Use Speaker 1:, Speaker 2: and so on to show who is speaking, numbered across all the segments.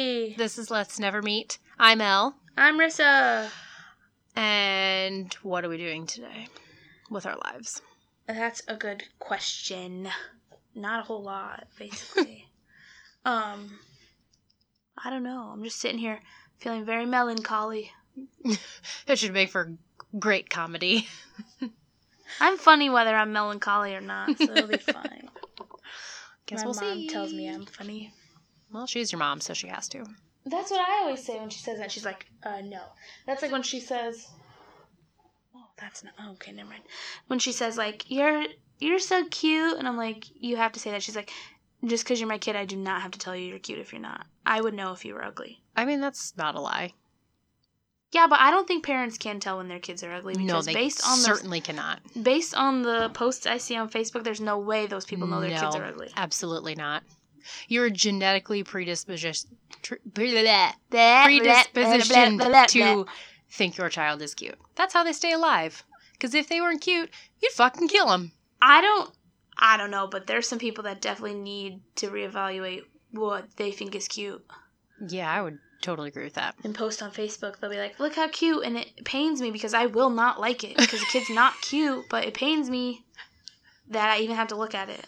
Speaker 1: is Let's Never Meet. I'm Elle.
Speaker 2: I'm Rissa.
Speaker 1: And what are we doing today with our lives?
Speaker 2: That's a good question. Not a whole lot, basically. um, I don't know. I'm just sitting here feeling very melancholy.
Speaker 1: It should make for great comedy.
Speaker 2: I'm funny whether I'm melancholy or not, so it'll be fine.
Speaker 1: Guess
Speaker 2: My
Speaker 1: we'll
Speaker 2: mom
Speaker 1: see.
Speaker 2: tells me I'm funny.
Speaker 1: Well, she's your mom, so she has to.
Speaker 2: That's what I always say when she says that. She's like, uh, no. That's like when she says, oh, that's not, oh, okay, never mind. When she says, like, you're, you're so cute. And I'm like, you have to say that. She's like, just because you're my kid, I do not have to tell you you're cute if you're not. I would know if you were ugly.
Speaker 1: I mean, that's not a lie.
Speaker 2: Yeah, but I don't think parents can tell when their kids are ugly because
Speaker 1: No, they
Speaker 2: based on
Speaker 1: certainly cannot.
Speaker 2: the based on the posts I see on Facebook, there's no way those people know their kids
Speaker 1: No.
Speaker 2: are ugly.
Speaker 1: Absolutely not. You're genetically predisposition bleh,
Speaker 2: That-
Speaker 1: predispositioned
Speaker 2: blah, blah, blah, blah.
Speaker 1: to think your child is cute. That's how they stay alive. Because if they weren't cute, you'd fucking kill them.
Speaker 2: I don't I don't know, but there's some people that definitely need to reevaluate what they think is cute
Speaker 1: Yeah, I would totally agree with that.
Speaker 2: and post on Facebook. They'll be like, "Look how cute," and it pains me because I will not like it because the kid's not cute, but it pains me that I even have to look at it.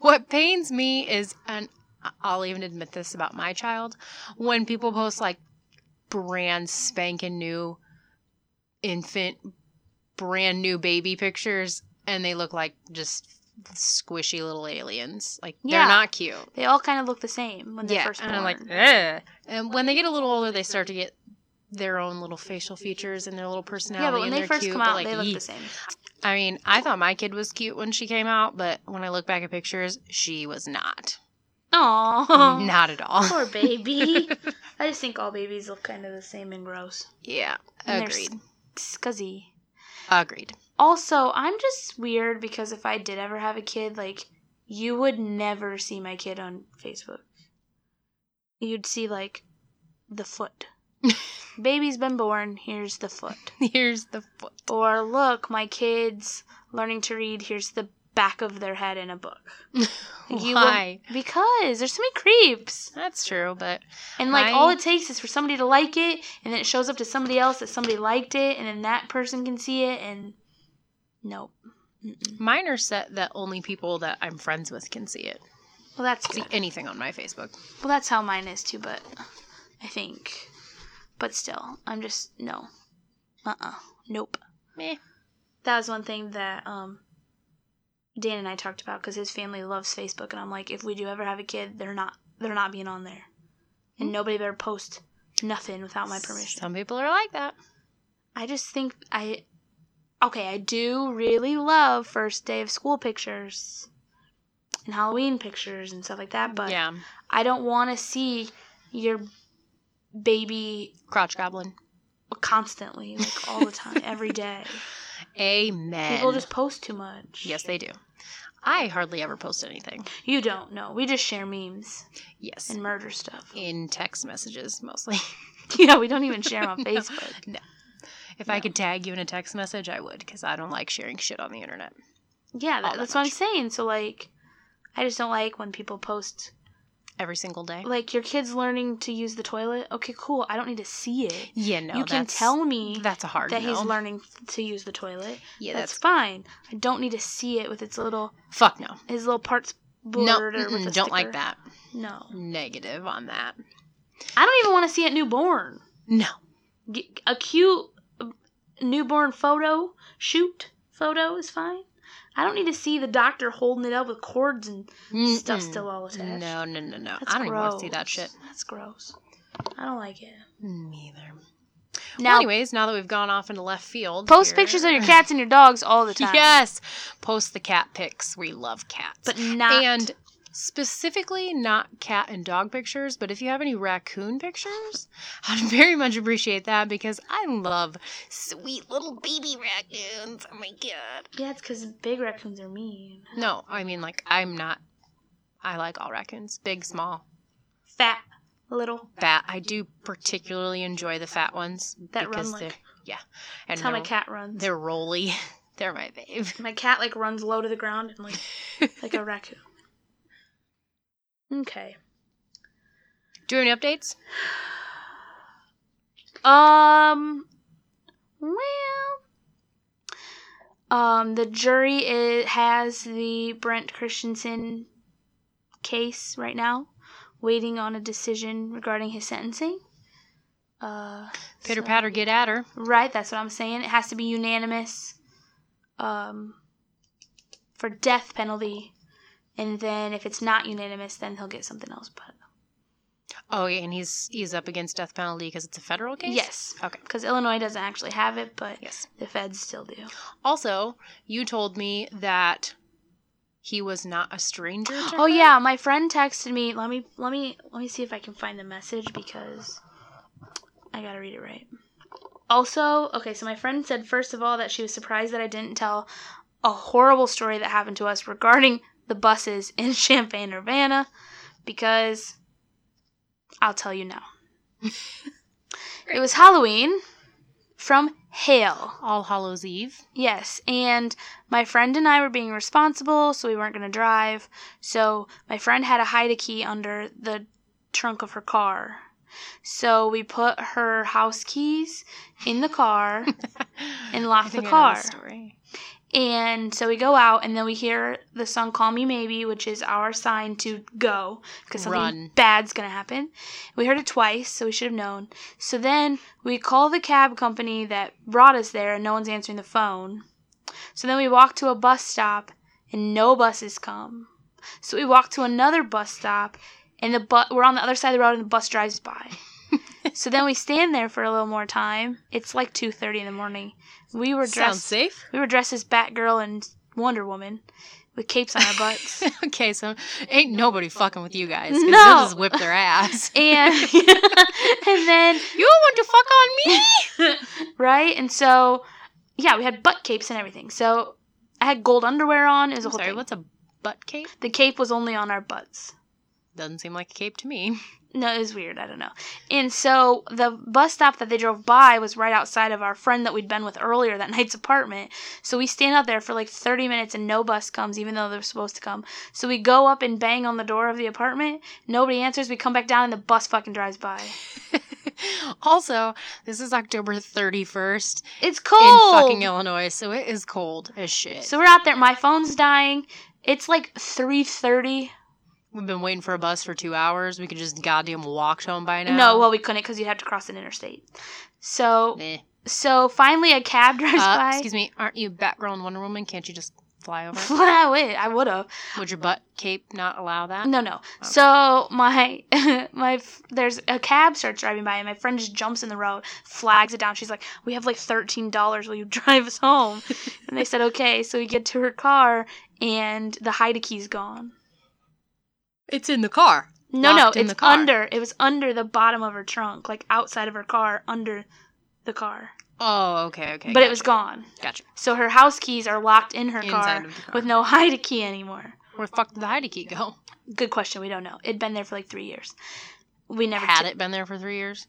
Speaker 1: What pains me is, and I'll even admit this about my child, when people post like brand spanking new infant, brand new baby pictures, and they look like just squishy little aliens. Like
Speaker 2: Yeah.
Speaker 1: they're not cute.
Speaker 2: They all kind of look the same when they're
Speaker 1: Yeah,
Speaker 2: first born.
Speaker 1: and I'm like, Ugh. and when they get a little older, they start to get their own little facial features and their little personality.
Speaker 2: yeah, but when
Speaker 1: and
Speaker 2: they
Speaker 1: they're
Speaker 2: first
Speaker 1: cute,
Speaker 2: come
Speaker 1: but,
Speaker 2: out,
Speaker 1: like,
Speaker 2: they look
Speaker 1: "Yee."
Speaker 2: the same.
Speaker 1: I mean, I thought my kid was cute when she came out, but when I look back at pictures, she was not.
Speaker 2: Aww.
Speaker 1: Not at all.
Speaker 2: Poor baby. I just think all babies look kind of the same and gross.
Speaker 1: Yeah.
Speaker 2: And they're
Speaker 1: agreed.
Speaker 2: Scuzzy.
Speaker 1: Agreed.
Speaker 2: Also, I'm just weird because if I did ever have a kid, like you would never see my kid on Facebook. You'd see like the foot. Baby's been born, here's the foot.
Speaker 1: Here's the foot.
Speaker 2: Or look, my kids learning to read, here's the back of their head in a book. Like, you
Speaker 1: Why?
Speaker 2: wouldn't- Because there's so many creeps.
Speaker 1: That's true, but
Speaker 2: And like all
Speaker 1: Why?
Speaker 2: it takes is for somebody to like it and then it shows up to somebody else that somebody liked it and then that person can see it and nope. Mm-mm.
Speaker 1: mine are set that only people that I'm friends with can see it.
Speaker 2: Well, that's good.
Speaker 1: See anything on my Facebook.
Speaker 2: Well, that's how mine is too, but I think. But still, I'm just no. Uh uh Nope.
Speaker 1: Meh.
Speaker 2: That was one thing that um Dan and I talked about because his family loves Facebook, and I'm like, if we do ever have a kid, they're not they're not being on there, and nobody better post nothing without my permission.
Speaker 1: Some people are like that.
Speaker 2: I just think I okay. I do really love first day of school pictures and Halloween pictures and stuff like that, but
Speaker 1: yeah.
Speaker 2: I don't want to see your baby
Speaker 1: Crotch goblin.
Speaker 2: constantly, like all the time, every day.
Speaker 1: Amen.
Speaker 2: People just post too much.
Speaker 1: Yes, they do. I hardly ever post anything.
Speaker 2: You don't know. We just share memes
Speaker 1: Yes.
Speaker 2: and murder stuff.
Speaker 1: In text messages mostly.
Speaker 2: yeah, we don't even share 'em on Facebook.
Speaker 1: If I could tag you in a text message, I would, because I don't like sharing shit on the internet.
Speaker 2: Yeah, that,
Speaker 1: that
Speaker 2: that's what I'm
Speaker 1: much.
Speaker 2: saying. So like, I just don't like when people post
Speaker 1: Every single day.
Speaker 2: like your kids learning to use the toilet. Okay, cool. I don't need to see it.
Speaker 1: Yeah, no.
Speaker 2: you can
Speaker 1: that's-
Speaker 2: tell me
Speaker 1: that's a hard
Speaker 2: that he's
Speaker 1: no.
Speaker 2: learning to use the toilet.
Speaker 1: Yeah,
Speaker 2: that's,
Speaker 1: that's
Speaker 2: fine. I don't need to see it with its little
Speaker 1: fuck no.
Speaker 2: his little parts
Speaker 1: No,
Speaker 2: blurred or with a
Speaker 1: mm-mm, don't like
Speaker 2: sticker.
Speaker 1: that.
Speaker 2: No.
Speaker 1: Negative on that.
Speaker 2: I don't even want to see it newborn.
Speaker 1: No.
Speaker 2: G- A cute uh, newborn photo shoot photo is fine. I don't need to see the doctor holding it up with cords and stuff
Speaker 1: Mm-mm.
Speaker 2: still all attached.
Speaker 1: No, no, no, no.
Speaker 2: That's
Speaker 1: I don't even want to see
Speaker 2: gross.
Speaker 1: that shit.
Speaker 2: That's gross. I don't like it.
Speaker 1: Me either.
Speaker 2: Now,
Speaker 1: Well, anyways, now that we've gone off into left field,
Speaker 2: post
Speaker 1: here-
Speaker 2: pictures of your cats and your dogs all the time.
Speaker 1: Yes, post the cat pics. We love cats,
Speaker 2: but not
Speaker 1: and specifically not cat and dog pictures. But if you have any raccoon pictures, I'd very much appreciate that because I love sweet little baby raccoons. Oh my god!
Speaker 2: yeah, it's because big raccoons are mean.
Speaker 1: No, I mean like I'm not. I like all raccoons, big, small,
Speaker 2: Fat little.
Speaker 1: fat. I do particularly enjoy the fat ones
Speaker 2: That run
Speaker 1: because
Speaker 2: like-
Speaker 1: they're yeah, and
Speaker 2: That's how my
Speaker 1: they're-
Speaker 2: cat runs.
Speaker 1: They're roly. They're my fave.
Speaker 2: My cat like runs low to the ground and like like a raccoon. Okay.
Speaker 1: Do we have any updates?
Speaker 2: Um. Well. Um. The jury is, has the Brent Christensen case right now, waiting on a decision regarding his sentencing. Uh.
Speaker 1: Pitter
Speaker 2: so-
Speaker 1: patter, get at her.
Speaker 2: Right. That's what I'm saying. It has to be unanimous. Um. For death penalty, and then if it's not unanimous, then he'll get something else. But
Speaker 1: Oh, yeah, and he's he's up against death penalty because it's a federal case.
Speaker 2: yes,
Speaker 1: Okay.
Speaker 2: because Illinois doesn't actually have it, but
Speaker 1: Yes.
Speaker 2: the feds still do.
Speaker 1: Also, you told me that he was not a stranger. To
Speaker 2: Oh
Speaker 1: her?
Speaker 2: yeah, my friend texted me. Let me let me let me see if I can find the message because I gotta read it right. Also, okay, so my friend said first of all that she was surprised that I didn't tell a horrible story that happened to us regarding the buses in Champaign Urbana because I'll tell you now. it was Halloween from Hale.
Speaker 1: All Hallows Eve.
Speaker 2: Yes, and my friend and I were being responsible, so we weren't going to drive. So my friend had a hide a key under the trunk of her car. So we put her house keys in the car, And lock
Speaker 1: I
Speaker 2: the
Speaker 1: think I know
Speaker 2: car.
Speaker 1: this story.
Speaker 2: and so we go out, and then we hear the song "Call Me Maybe," which is our sign to go because something
Speaker 1: Run.
Speaker 2: bad's going to happen. We heard it twice, so we should have known. So then we call the cab company that brought us there, and no one's answering the phone. So then we walk to a bus stop, and no buses come. So we walk to another bus stop, and the bu- we're on the other side of the road, and the bus drives by. so then we stand there for a little more time. It's like two thirty in the morning. We were
Speaker 1: Sounds
Speaker 2: dressed.
Speaker 1: safe.
Speaker 2: We were dressed as Batgirl and Wonder Woman, with capes on our butts.
Speaker 1: okay, so ain't nobody fucking with you guys. 'cause
Speaker 2: No.
Speaker 1: You'll just whip their ass.
Speaker 2: and and then
Speaker 1: you want to fuck on me?
Speaker 2: right and so yeah we had butt capes and everything so i had gold underwear on it was a
Speaker 1: I'm
Speaker 2: whole
Speaker 1: sorry,
Speaker 2: thing
Speaker 1: what's a butt cape?
Speaker 2: the cape was only on our butts
Speaker 1: Doesn't seem like a cape to me.
Speaker 2: no it was weird i don't know and so the bus stop that they drove by was right outside of our friend that we'd been with earlier that night's apartment so we stand out there for like 30 minutes and no bus comes even though they're supposed to come so we go up and bang on the door of the apartment nobody answers we come back down and the bus fucking drives by
Speaker 1: also, this is October 31st
Speaker 2: it's cold
Speaker 1: in fucking Illinois, so it is cold as shit.
Speaker 2: so we're out there my phone's dying it's like 3.30
Speaker 1: We've been waiting for a bus for two hours. We could just goddamn walk home by now.
Speaker 2: No, well, we couldn't because you'd have to cross an interstate. So,
Speaker 1: Meh.
Speaker 2: so finally, a cab drives
Speaker 1: Uh,
Speaker 2: by.
Speaker 1: excuse me, aren't you Batgirl and Wonder Woman? Can't you just fly over? it?
Speaker 2: Wow, wait, I would have.
Speaker 1: Would your butt cape not allow that? Oh.
Speaker 2: No, no. So my my f- there's a cab starts driving by, and my friend just jumps in the road, flags it down. She's like, "We have like thirteen dollars. Will you drive us home?" and they said, "Okay." So we get to her car, and the hide key's gone.
Speaker 1: It's in the car.
Speaker 2: No,
Speaker 1: Locked
Speaker 2: no,
Speaker 1: in
Speaker 2: it's
Speaker 1: the car.
Speaker 2: under. It was under the bottom of her trunk, like outside of her car, under the car.
Speaker 1: Oh, okay, okay.
Speaker 2: but it was gone.
Speaker 1: Gotcha.
Speaker 2: So her house keys are locked in her
Speaker 1: Inside
Speaker 2: car,
Speaker 1: of the car.
Speaker 2: with no hide key anymore.
Speaker 1: Where the fuck did the hide key go?
Speaker 2: Good question. We don't know. It'd been there for like three years. We never
Speaker 1: Had it been there for three years?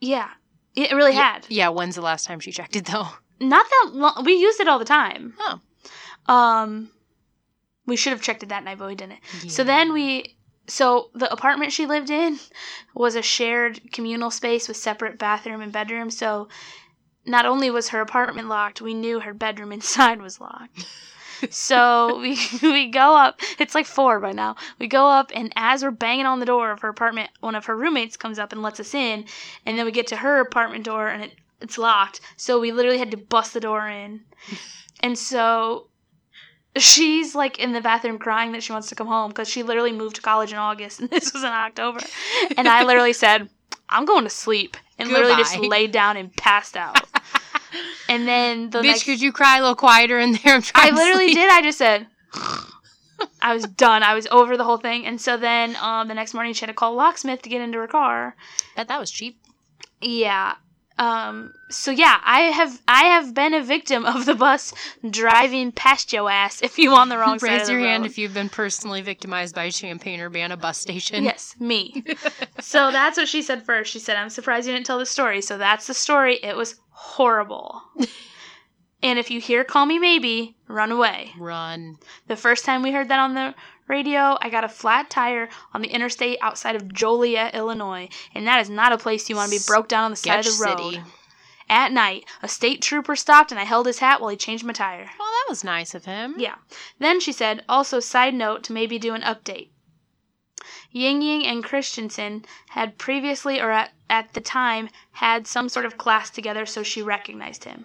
Speaker 2: Yeah, it really
Speaker 1: Yeah,
Speaker 2: had.
Speaker 1: Yeah, when's the last time she checked it though?
Speaker 2: Not that long. We used it all the time.
Speaker 1: Oh.
Speaker 2: Um, we should have checked it that night, but we didn't. So then we. So the apartment she lived in was a shared communal space with separate bathroom and bedroom. So not only was her apartment locked, we knew her bedroom inside was locked. so we we go up. It's like four by now. We go up, and as we're banging on the door of her apartment, one of her roommates comes up and lets us in. And then we get to her apartment door, and it, it's locked. So we literally had to bust the door in. And so she's like in the bathroom crying that she wants to come home because she literally moved to college in August, and this was in October. And I literally said, "I'm going to sleep," and literally just
Speaker 1: Goodbye.
Speaker 2: laid down and passed out. And then the
Speaker 1: Bitch,
Speaker 2: next,
Speaker 1: could you cry a little quieter in there? I'm
Speaker 2: I
Speaker 1: trying to
Speaker 2: literally
Speaker 1: sleep.
Speaker 2: did. I just said, I was done. I was over the whole thing. And so then um, the next morning, she had to call a locksmith to get into her car.
Speaker 1: Bet that was cheap.
Speaker 2: Yeah. Um. So yeah, I have I have been a victim of the bus driving past your ass if you on the wrong side. of
Speaker 1: Raise
Speaker 2: the
Speaker 1: your hand
Speaker 2: road.
Speaker 1: if you've been personally victimized by Champagne Urbana bus station.
Speaker 2: Yes, me. so that's what she said first. She said, "I'm surprised you didn't tell the story." So that's the story. It was horrible. And if you hear Call Me Maybe, run away.
Speaker 1: Run.
Speaker 2: The first time we heard that on the radio, I got a flat tire on the interstate outside of Joliet, Illinois, and that is not a place you want to be broke down on the side
Speaker 1: Catch
Speaker 2: of the road.
Speaker 1: City.
Speaker 2: At night, a state trooper stopped and I held his hat while he changed my tire.
Speaker 1: Well, that was nice of him.
Speaker 2: Yeah. Then she said, also, side note to maybe do an update. Ying Ying and Christensen had previously or at, at the time had some sort of class together, so she recognized him.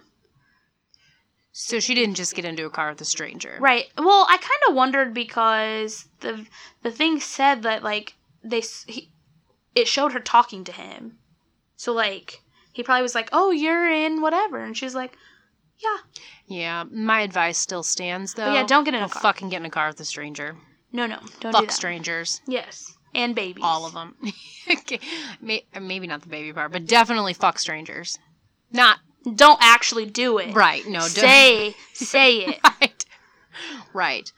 Speaker 1: So she didn't just get into a car with a stranger.
Speaker 2: Right. Well, I kind of wondered because the the thing said that like they s- he, it showed her talking to him, so like he probably was like, "Oh, you're in whatever," and she was like, "Yeah."
Speaker 1: Yeah. My advice still stands though.
Speaker 2: But "Oh, yeah, don't get in a
Speaker 1: Don't
Speaker 2: car.
Speaker 1: fucking get in a car with a stranger.
Speaker 2: No, no, don't do
Speaker 1: Oh, Fuck
Speaker 2: that.
Speaker 1: strangers.
Speaker 2: Yes, and babies.
Speaker 1: All of them. okay. May- Maybe not the baby part, but definitely fuck strangers. Not
Speaker 2: them. Don't actually do it.
Speaker 1: right. No. don't-
Speaker 2: Eh, Say say it.
Speaker 1: Right. Right.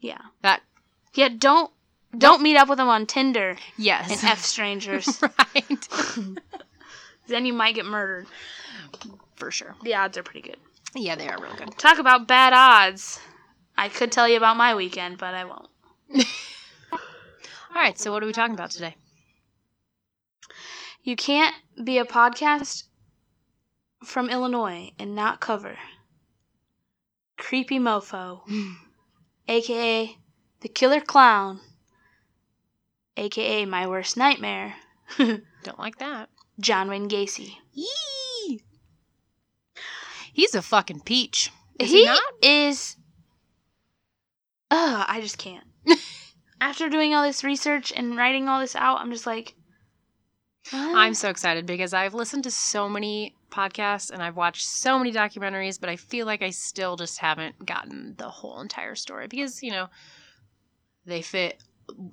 Speaker 2: Yeah.
Speaker 1: That.
Speaker 2: Yeah. Don't don't meet up with them on Tinder and
Speaker 1: Yes.
Speaker 2: f strangers.
Speaker 1: right.
Speaker 2: then you might get murdered.
Speaker 1: For sure.
Speaker 2: The odds are pretty good.
Speaker 1: Yeah, they are real good.
Speaker 2: Talk about bad odds. I could tell you about my weekend, but I won't.
Speaker 1: All right. So what are we talking about today?
Speaker 2: You can't be a podcast from Illinois and not cover Creepy Mofo, aka The Killer Clown, aka My Worst Nightmare,
Speaker 1: Don't like that.
Speaker 2: John Wayne Gacy.
Speaker 1: Yee. He's a fucking peach. Is
Speaker 2: he
Speaker 1: he not?
Speaker 2: is. Ugh, I just can't. After doing all this research and writing all this out, I'm just like.
Speaker 1: I'm so excited because I've listened to so many podcasts and I've watched so many documentaries, but I feel like I still just haven't gotten the whole entire story because, you know, they fit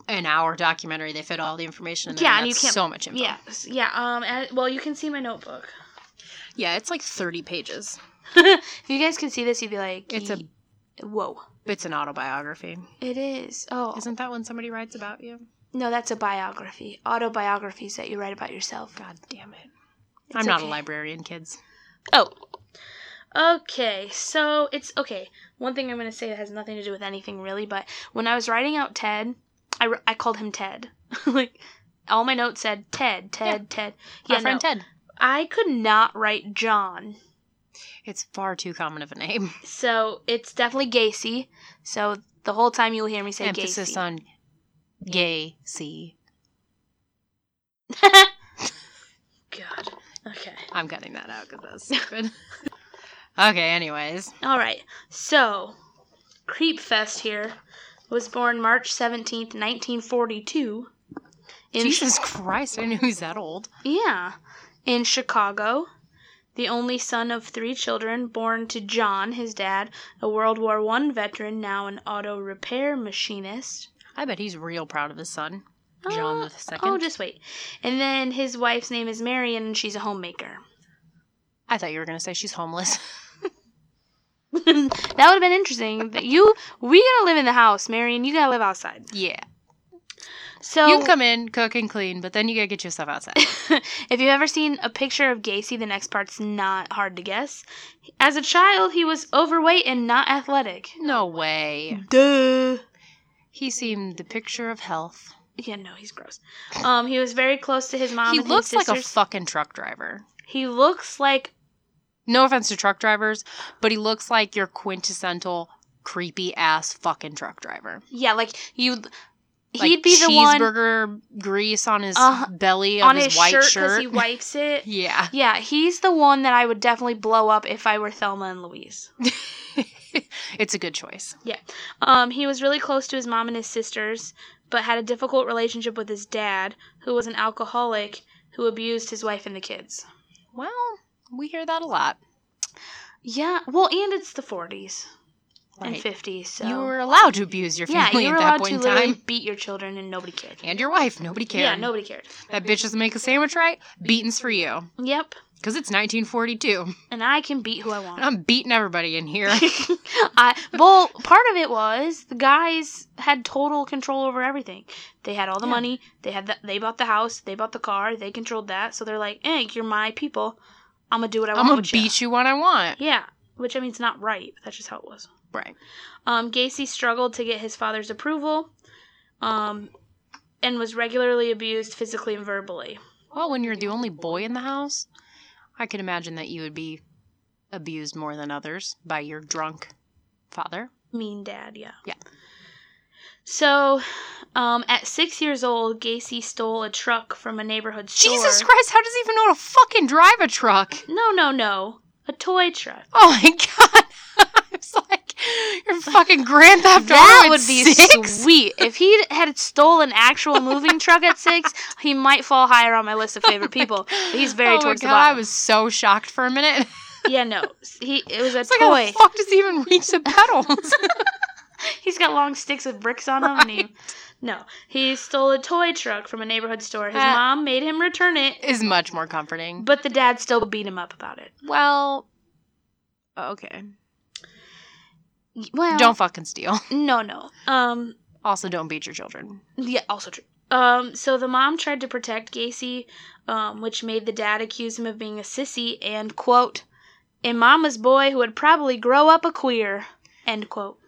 Speaker 1: an hour documentary, they fit all the information in there.
Speaker 2: Yeah,
Speaker 1: and
Speaker 2: and you
Speaker 1: that's
Speaker 2: can't-
Speaker 1: so much info.
Speaker 2: Yeah, s- yeah. Um, and- well, you can see my notebook.
Speaker 1: Yeah, it's like 30 pages.
Speaker 2: if you guys could see this, you'd be like,
Speaker 1: It's a
Speaker 2: "Ye- whoa."
Speaker 1: it's an autobiography.
Speaker 2: It is. Oh
Speaker 1: Isn't that when somebody writes about you?
Speaker 2: no, that's a biography. Autobiographies that you write about yourself.
Speaker 1: God damn it.
Speaker 2: It's
Speaker 1: I'm not a
Speaker 2: okay.
Speaker 1: librarian, kids.
Speaker 2: Oh. Okay, so it's okay. One thing I'm going to say that has nothing to do with anything really, but when I was writing out Ted, I, wr- I called him Ted. like, all my notes said Ted, Ted, Ted.
Speaker 1: My
Speaker 2: Yeah, no,
Speaker 1: friend Ted.
Speaker 2: I could not write John.
Speaker 1: It's far too common of a name.
Speaker 2: So it's definitely Gacy. So the whole time you'll hear me say
Speaker 1: Emphasis
Speaker 2: Gacy.
Speaker 1: on gay C.
Speaker 2: God. Okay.
Speaker 1: I'm cutting that out because that's stupid. okay, anyways.
Speaker 2: All right. So, Creep Fest here was born March 17th, 1942. In
Speaker 1: Jesus Christ, I knew he was that old.
Speaker 2: Yeah. In Chicago, the only son of three children born to John, his dad, a World War I veteran, now an auto repair machinist.
Speaker 1: I bet he's real proud of his son.
Speaker 2: Oh,
Speaker 1: John the second.
Speaker 2: Oh, just wait. And then his wife's name is Marion, and she's a homemaker.
Speaker 1: I thought you were gonna say she's homeless.
Speaker 2: that would have been interesting. That you, we gotta live in the house, Marion. You gotta live outside.
Speaker 1: yeah.
Speaker 2: So
Speaker 1: You can come in, cook and clean, but then you gotta get yourself outside.
Speaker 2: if you've ever seen a picture of Gacy, the next part's not hard to guess. As a child, he was overweight and not athletic.
Speaker 1: no way.
Speaker 2: Duh.
Speaker 1: He seemed the picture of health.
Speaker 2: Yeah, no, he's gross. Um, he was very close to his mom.
Speaker 1: he
Speaker 2: and
Speaker 1: looks
Speaker 2: his
Speaker 1: like a
Speaker 2: sisters.
Speaker 1: fucking truck driver.
Speaker 2: he looks like
Speaker 1: No offense to truck drivers, but he looks like your quintessential creepy ass fucking truck driver.
Speaker 2: yeah, like you. He'd
Speaker 1: Like
Speaker 2: be the one
Speaker 1: cheeseburger grease on his
Speaker 2: Uh,
Speaker 1: belly of
Speaker 2: on
Speaker 1: his,
Speaker 2: his,
Speaker 1: white
Speaker 2: shirt
Speaker 1: shirt.
Speaker 2: he wipes it.
Speaker 1: Yeah.
Speaker 2: Yeah, he's the one that I would definitely blow up if I were Thelma and Louise.
Speaker 1: it's a good choice.
Speaker 2: Um, he was really close to his mom and his sisters, but had a difficult relationship with his dad, who was an alcoholic who abused his wife and the kids.
Speaker 1: Well, we hear that a lot.
Speaker 2: Yeah, well, and it's the 40s and
Speaker 1: Right.
Speaker 2: 50s, so
Speaker 1: You were allowed to abuse your
Speaker 2: yeah,
Speaker 1: family
Speaker 2: you were
Speaker 1: at that
Speaker 2: allowed
Speaker 1: point
Speaker 2: to
Speaker 1: in
Speaker 2: literally
Speaker 1: time.
Speaker 2: beat your children and nobody cared.
Speaker 1: And your wife. Nobody cared.
Speaker 2: Yeah, nobody cared.
Speaker 1: That bitch doesn't make a sandwich right. Beatings for you.
Speaker 2: Yep.
Speaker 1: Because it's 1942. And
Speaker 2: and I can beat who I want.
Speaker 1: I'm beating everybody in here.
Speaker 2: I, well, part of it was the guys had total control over everything. They had all the
Speaker 1: Yeah.
Speaker 2: money. They had the, they bought the house. They bought the car. They controlled that. So they're like, "Hey, you're my people. I'm gonna do what I
Speaker 1: I'm
Speaker 2: want
Speaker 1: going
Speaker 2: with
Speaker 1: to
Speaker 2: ya."
Speaker 1: beat you when I want.
Speaker 2: Yeah, which I mean it's not right, but that's just how it was.
Speaker 1: Right.
Speaker 2: Um, Gacy struggled to get his father's approval, um, and was regularly abused physically and verbally.
Speaker 1: Well, when you're the only boy in the house, I can imagine that you would be abused more than others by your drunk father.
Speaker 2: Mean dad, yeah.
Speaker 1: Yeah.
Speaker 2: So, um, at six years old, Gacy stole a truck from a neighborhood store.
Speaker 1: Jesus Christ, how does he even know how to fucking drive a truck?
Speaker 2: No, no, no. A toy truck.
Speaker 1: Oh my god. I was like, your fucking Grand Theft Auto
Speaker 2: That
Speaker 1: at
Speaker 2: would be
Speaker 1: six?
Speaker 2: sweet. If he had stole an actual moving truck at six, he might fall higher on my list of favorite people. But he's
Speaker 1: oh
Speaker 2: very
Speaker 1: my
Speaker 2: towards
Speaker 1: god,
Speaker 2: the bottom.
Speaker 1: I was so shocked for a minute.
Speaker 2: Yeah, no. He it was a
Speaker 1: It's like, how
Speaker 2: toy.
Speaker 1: the fuck does he even reach the pedals?
Speaker 2: He's got long sticks with bricks on them, and he. No, he stole a toy truck from a neighborhood store. His
Speaker 1: Ah.
Speaker 2: mom made him return it,
Speaker 1: Is much more comforting.
Speaker 2: but the dad still beat him up about it.
Speaker 1: Well, Oh, okay.
Speaker 2: Well,
Speaker 1: Don't fucking steal.
Speaker 2: No, no. Um,
Speaker 1: Also, don't beat your children.
Speaker 2: yeah, also true. Um, so the mom tried to protect Gacy, um, which made the dad accuse him of being a sissy and quote, a mama's boy who would probably grow up a queer. End quote.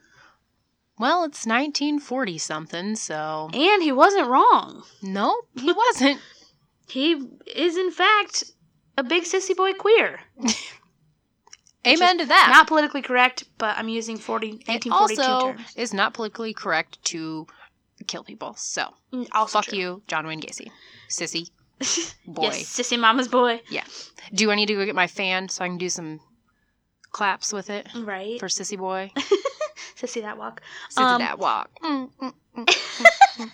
Speaker 1: Well, it's 1940 something, so.
Speaker 2: And he wasn't wrong.
Speaker 1: No, he wasn't.
Speaker 2: He is in fact a big sissy boy queer.
Speaker 1: Amen to that.
Speaker 2: not politically correct, but I'm using 40,
Speaker 1: it
Speaker 2: 1942
Speaker 1: also
Speaker 2: terms.
Speaker 1: is not politically correct to kill people. So,
Speaker 2: Mm, Also
Speaker 1: fuck
Speaker 2: true.
Speaker 1: you, John Wayne Gacy. Sissy. Boy.
Speaker 2: Yes, sissy mama's boy.
Speaker 1: Do I need to go get my fan so I can do some claps with it
Speaker 2: Right.
Speaker 1: for Sissy Boy?
Speaker 2: Sissy that walk.
Speaker 1: Sissy
Speaker 2: Um,
Speaker 1: that walk. Mm, mm, mm.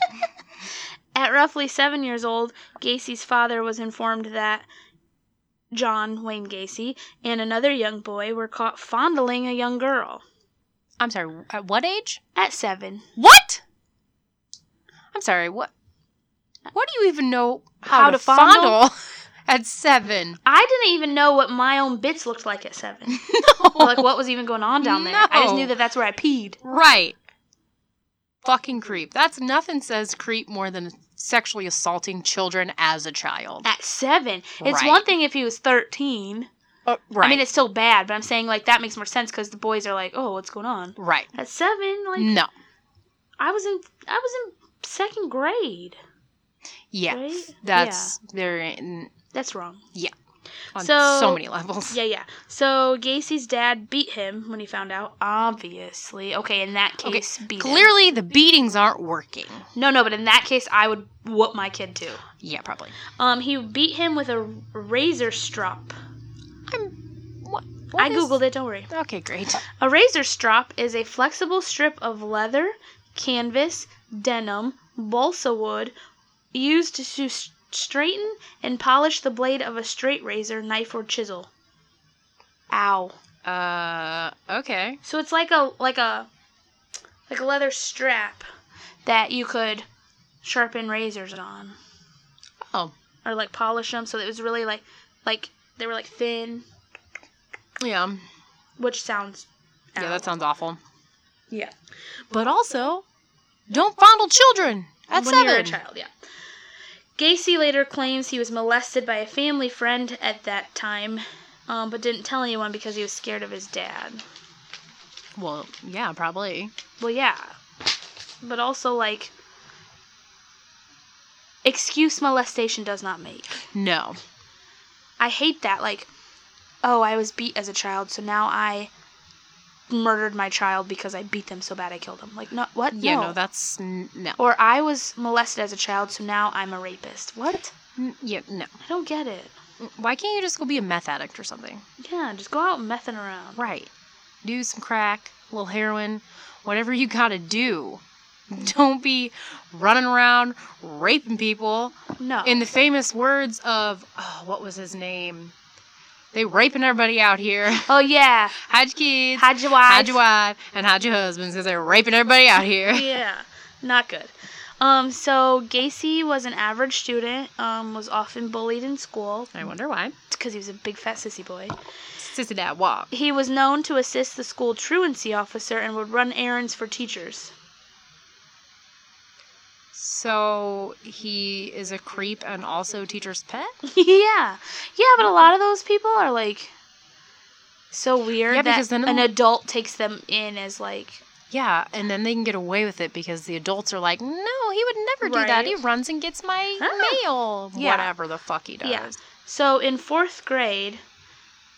Speaker 2: At roughly seven years old, Gacy's father was informed that John Wayne Gacy and another young boy were caught fondling a young girl.
Speaker 1: I'm sorry, at what age?
Speaker 2: At seven.
Speaker 1: What? I'm sorry, what? What do you even know how, to, fondle? at seven?
Speaker 2: I didn't even know what my own bits looked like at seven.
Speaker 1: No.
Speaker 2: like, what was even going on down there? I just
Speaker 1: No.
Speaker 2: knew that that's where I peed.
Speaker 1: Right. Fucking creep. That's nothing says creep more than sexually assaulting children as a child.
Speaker 2: At seven. It's
Speaker 1: Right.
Speaker 2: one thing if he was 13.
Speaker 1: right.
Speaker 2: I mean, it's still bad, but I'm saying, like, that makes more sense because the boys are like, oh, what's going on?
Speaker 1: right.
Speaker 2: At seven, like,
Speaker 1: No.
Speaker 2: I was in, I was in second grade.
Speaker 1: Yeah.
Speaker 2: Right?
Speaker 1: That's they're in,
Speaker 2: That's wrong.
Speaker 1: on so,
Speaker 2: So-
Speaker 1: many levels.
Speaker 2: Yeah, yeah. So Gacy's dad beat him when he found out. Obviously, okay. In that
Speaker 1: Okay,
Speaker 2: case, beat him.
Speaker 1: Clearly, the beatings aren't working.
Speaker 2: No, no. But in that case, I would whoop my kid too.
Speaker 1: Yeah, probably.
Speaker 2: Um, he beat him with a razor strop.
Speaker 1: What?
Speaker 2: I googled it. Don't worry.
Speaker 1: it. Okay, great.
Speaker 2: A razor strop is a flexible strip of leather, canvas, denim, balsa wood used to s- straighten and polish the blade of a straight razor, knife, or chisel. Ow.
Speaker 1: Uh, okay.
Speaker 2: So it's like a like a like a leather strap that you could sharpen razors on
Speaker 1: Oh,
Speaker 2: or like polish them so it was really like like they were like thin,
Speaker 1: yeah,
Speaker 2: which sounds
Speaker 1: yeah.
Speaker 2: ow.
Speaker 1: That sounds awful.
Speaker 2: yeah.
Speaker 1: But also, don't fondle children at
Speaker 2: when
Speaker 1: 7
Speaker 2: you're a child, yeah. Gacy later claims he was molested by a family friend at that time, um, but didn't tell anyone because he was scared of his dad.
Speaker 1: Well, yeah, probably.
Speaker 2: Well, yeah, but also like, excuse molestation does not make.
Speaker 1: No.
Speaker 2: I hate that. Like, oh, I was beat as a child, so now I murdered my child because I beat them so bad I killed them. Like, no, what?
Speaker 1: Yeah, no, that's n- no.
Speaker 2: or I was molested as a child, so now I'm a rapist. What?
Speaker 1: N- yeah, no.
Speaker 2: I don't get it.
Speaker 1: Why can't you just go be a meth addict or something?
Speaker 2: Yeah, just go out messing around.
Speaker 1: Right. Do some crack, a little heroin, whatever you gotta do. Don't be running around raping people.
Speaker 2: No.
Speaker 1: In the famous words of, oh, what was his name? They raping everybody out here.
Speaker 2: oh yeah,
Speaker 1: Hide your kids,
Speaker 2: hide your
Speaker 1: hide
Speaker 2: wife.
Speaker 1: your wife, and hide your husbands because they're raping everybody out here.
Speaker 2: yeah, not good. Um, so Gacy was an average student. Um, was often bullied in school
Speaker 1: I wonder why.
Speaker 2: because he was a big fat sissy boy.
Speaker 1: Sissy dad walk.
Speaker 2: He was known to assist the school truancy officer and would run errands for teachers.
Speaker 1: So he is a creep and also teacher's pet?
Speaker 2: yeah, yeah, but a lot of those people are like so weird
Speaker 1: Yeah,
Speaker 2: that
Speaker 1: because then
Speaker 2: an
Speaker 1: it'll-
Speaker 2: adult takes them in as like
Speaker 1: Yeah, and then they can get away with it because the adults are like, no, he would never do
Speaker 2: Right.
Speaker 1: that. He runs and gets my
Speaker 2: Ah,
Speaker 1: mail.
Speaker 2: yeah.
Speaker 1: Whatever the fuck he does.
Speaker 2: Yeah. So in fourth grade,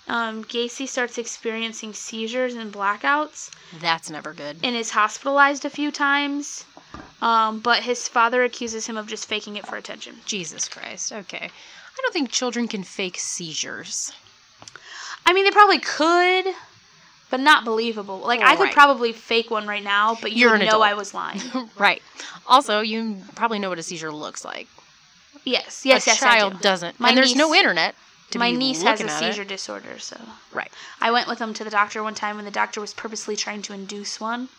Speaker 2: um, Gacy starts experiencing seizures and blackouts
Speaker 1: That's never good.
Speaker 2: and is hospitalized a few times. Um, but his father accuses him of just faking it for attention.
Speaker 1: Jesus Christ. Okay. I don't think children can fake seizures.
Speaker 2: I mean, they probably could, but not believable. Like I could
Speaker 1: Right.
Speaker 2: probably fake one right now, but you
Speaker 1: You're
Speaker 2: would
Speaker 1: an
Speaker 2: know
Speaker 1: adult.
Speaker 2: I was lying.
Speaker 1: right. Also, you probably know what a seizure looks like.
Speaker 2: Yes, yes,
Speaker 1: a
Speaker 2: yes. I
Speaker 1: child
Speaker 2: do.
Speaker 1: doesn't.
Speaker 2: My
Speaker 1: and there's no
Speaker 2: niece-
Speaker 1: internet to
Speaker 2: My
Speaker 1: be
Speaker 2: niece has a
Speaker 1: looking at it.
Speaker 2: seizure disorder, so
Speaker 1: Right.
Speaker 2: I went with them to the doctor one time when the doctor was purposely trying to induce one,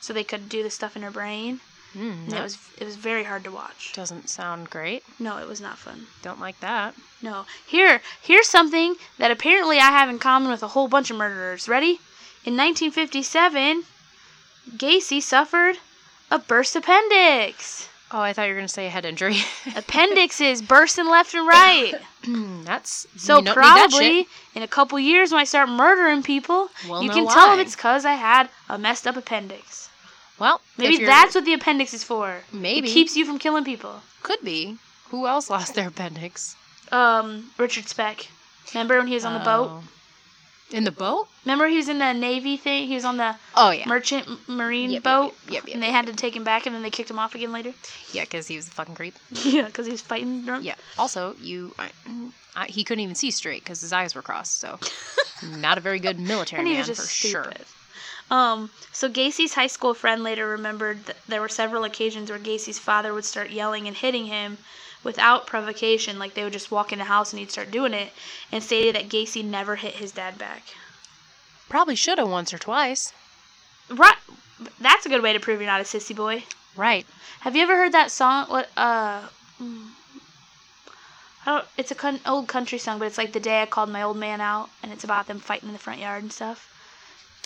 Speaker 2: so they could do the stuff in her brain.
Speaker 1: Mm,
Speaker 2: And
Speaker 1: that
Speaker 2: it was it was very hard to watch.
Speaker 1: doesn't sound great.
Speaker 2: No, it was not fun.
Speaker 1: Don't like that.
Speaker 2: No. Here, here's something that apparently I have in common with a whole bunch of murderers. Ready? In 1957, Gacy suffered a burst appendix.
Speaker 1: Oh, I thought you were going to say a head injury.
Speaker 2: Uh, Appendixes bursting left and right.
Speaker 1: That's
Speaker 2: So
Speaker 1: you don't need that shit.
Speaker 2: probably in a couple years when I start murdering people,
Speaker 1: We'll
Speaker 2: you
Speaker 1: know
Speaker 2: can tell them
Speaker 1: why.
Speaker 2: it's cause I had a messed up appendix.
Speaker 1: well if
Speaker 2: Maybe
Speaker 1: you're-
Speaker 2: that's what the appendix is for.
Speaker 1: maybe
Speaker 2: It keeps you from killing people.
Speaker 1: could be. Who else lost their appendix?
Speaker 2: Um, Richard Speck. Remember when he was on the
Speaker 1: Oh.
Speaker 2: boat?
Speaker 1: In the boat?
Speaker 2: Remember he was in the Navy thing? He was on the
Speaker 1: Oh yeah,
Speaker 2: merchant m- marine
Speaker 1: Yep, yep,
Speaker 2: boat,
Speaker 1: yep, yep, yep,
Speaker 2: and they had to take him back, and then they kicked him off again later.
Speaker 1: yeah, because he was a fucking creep.
Speaker 2: yeah, because he was fighting drunk.
Speaker 1: Yeah. Also, you, I, I, he couldn't even see straight because his eyes were crossed. So, not a very good military
Speaker 2: and he
Speaker 1: man
Speaker 2: was just
Speaker 1: for sure.
Speaker 2: stupid. Um, so Gacy's high school friend later remembered that there were several occasions where Gacy's father would start yelling and hitting him without provocation, like they would just walk in the house and he'd start doing it, and stated that Gacy never hit his dad back.
Speaker 1: Probably should have once or twice.
Speaker 2: Right, that's a good way to prove you're not a sissy boy.
Speaker 1: Right.
Speaker 2: Have you ever heard that song? What uh, mm, I don't. It's a con- old country song, but it's like the day I called my old man out, and it's about them fighting in the front yard and stuff.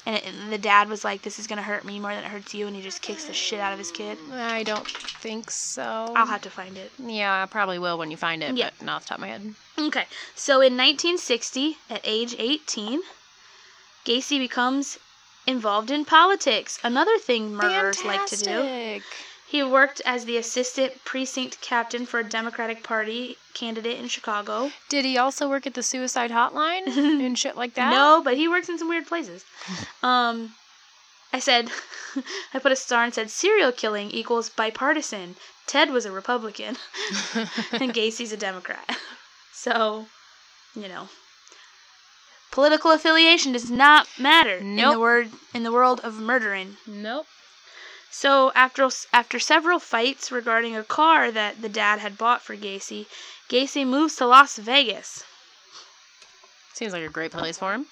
Speaker 2: And, it, and the dad was like, "This is gonna hurt me more than it hurts you," and he just kicks the shit out of his kid.
Speaker 1: I don't think so.
Speaker 2: I'll have to find it.
Speaker 1: yeah, I probably will when you find it.
Speaker 2: Yeah.
Speaker 1: But not off the top of my head.
Speaker 2: Okay, so in 1960, at age 18, Gacy becomes involved in politics. Another thing murderers like to do.
Speaker 1: Fantastic.
Speaker 2: He worked as the assistant precinct captain for a Democratic Party candidate in Chicago.
Speaker 1: Did he also work at the suicide hotline and shit like that?
Speaker 2: No, but he works in some weird places. Um, I said, I put a star and said serial killing equals bipartisan. Ted was a Republican and Gacy's a Democrat. So, you know, political affiliation does not matter in the
Speaker 1: Nope.
Speaker 2: word in the world of murdering.
Speaker 1: nope.
Speaker 2: So after after several fights regarding a car that the dad had bought for Gacy, Gacy moves to Las Vegas.
Speaker 1: Seems like a great place for him.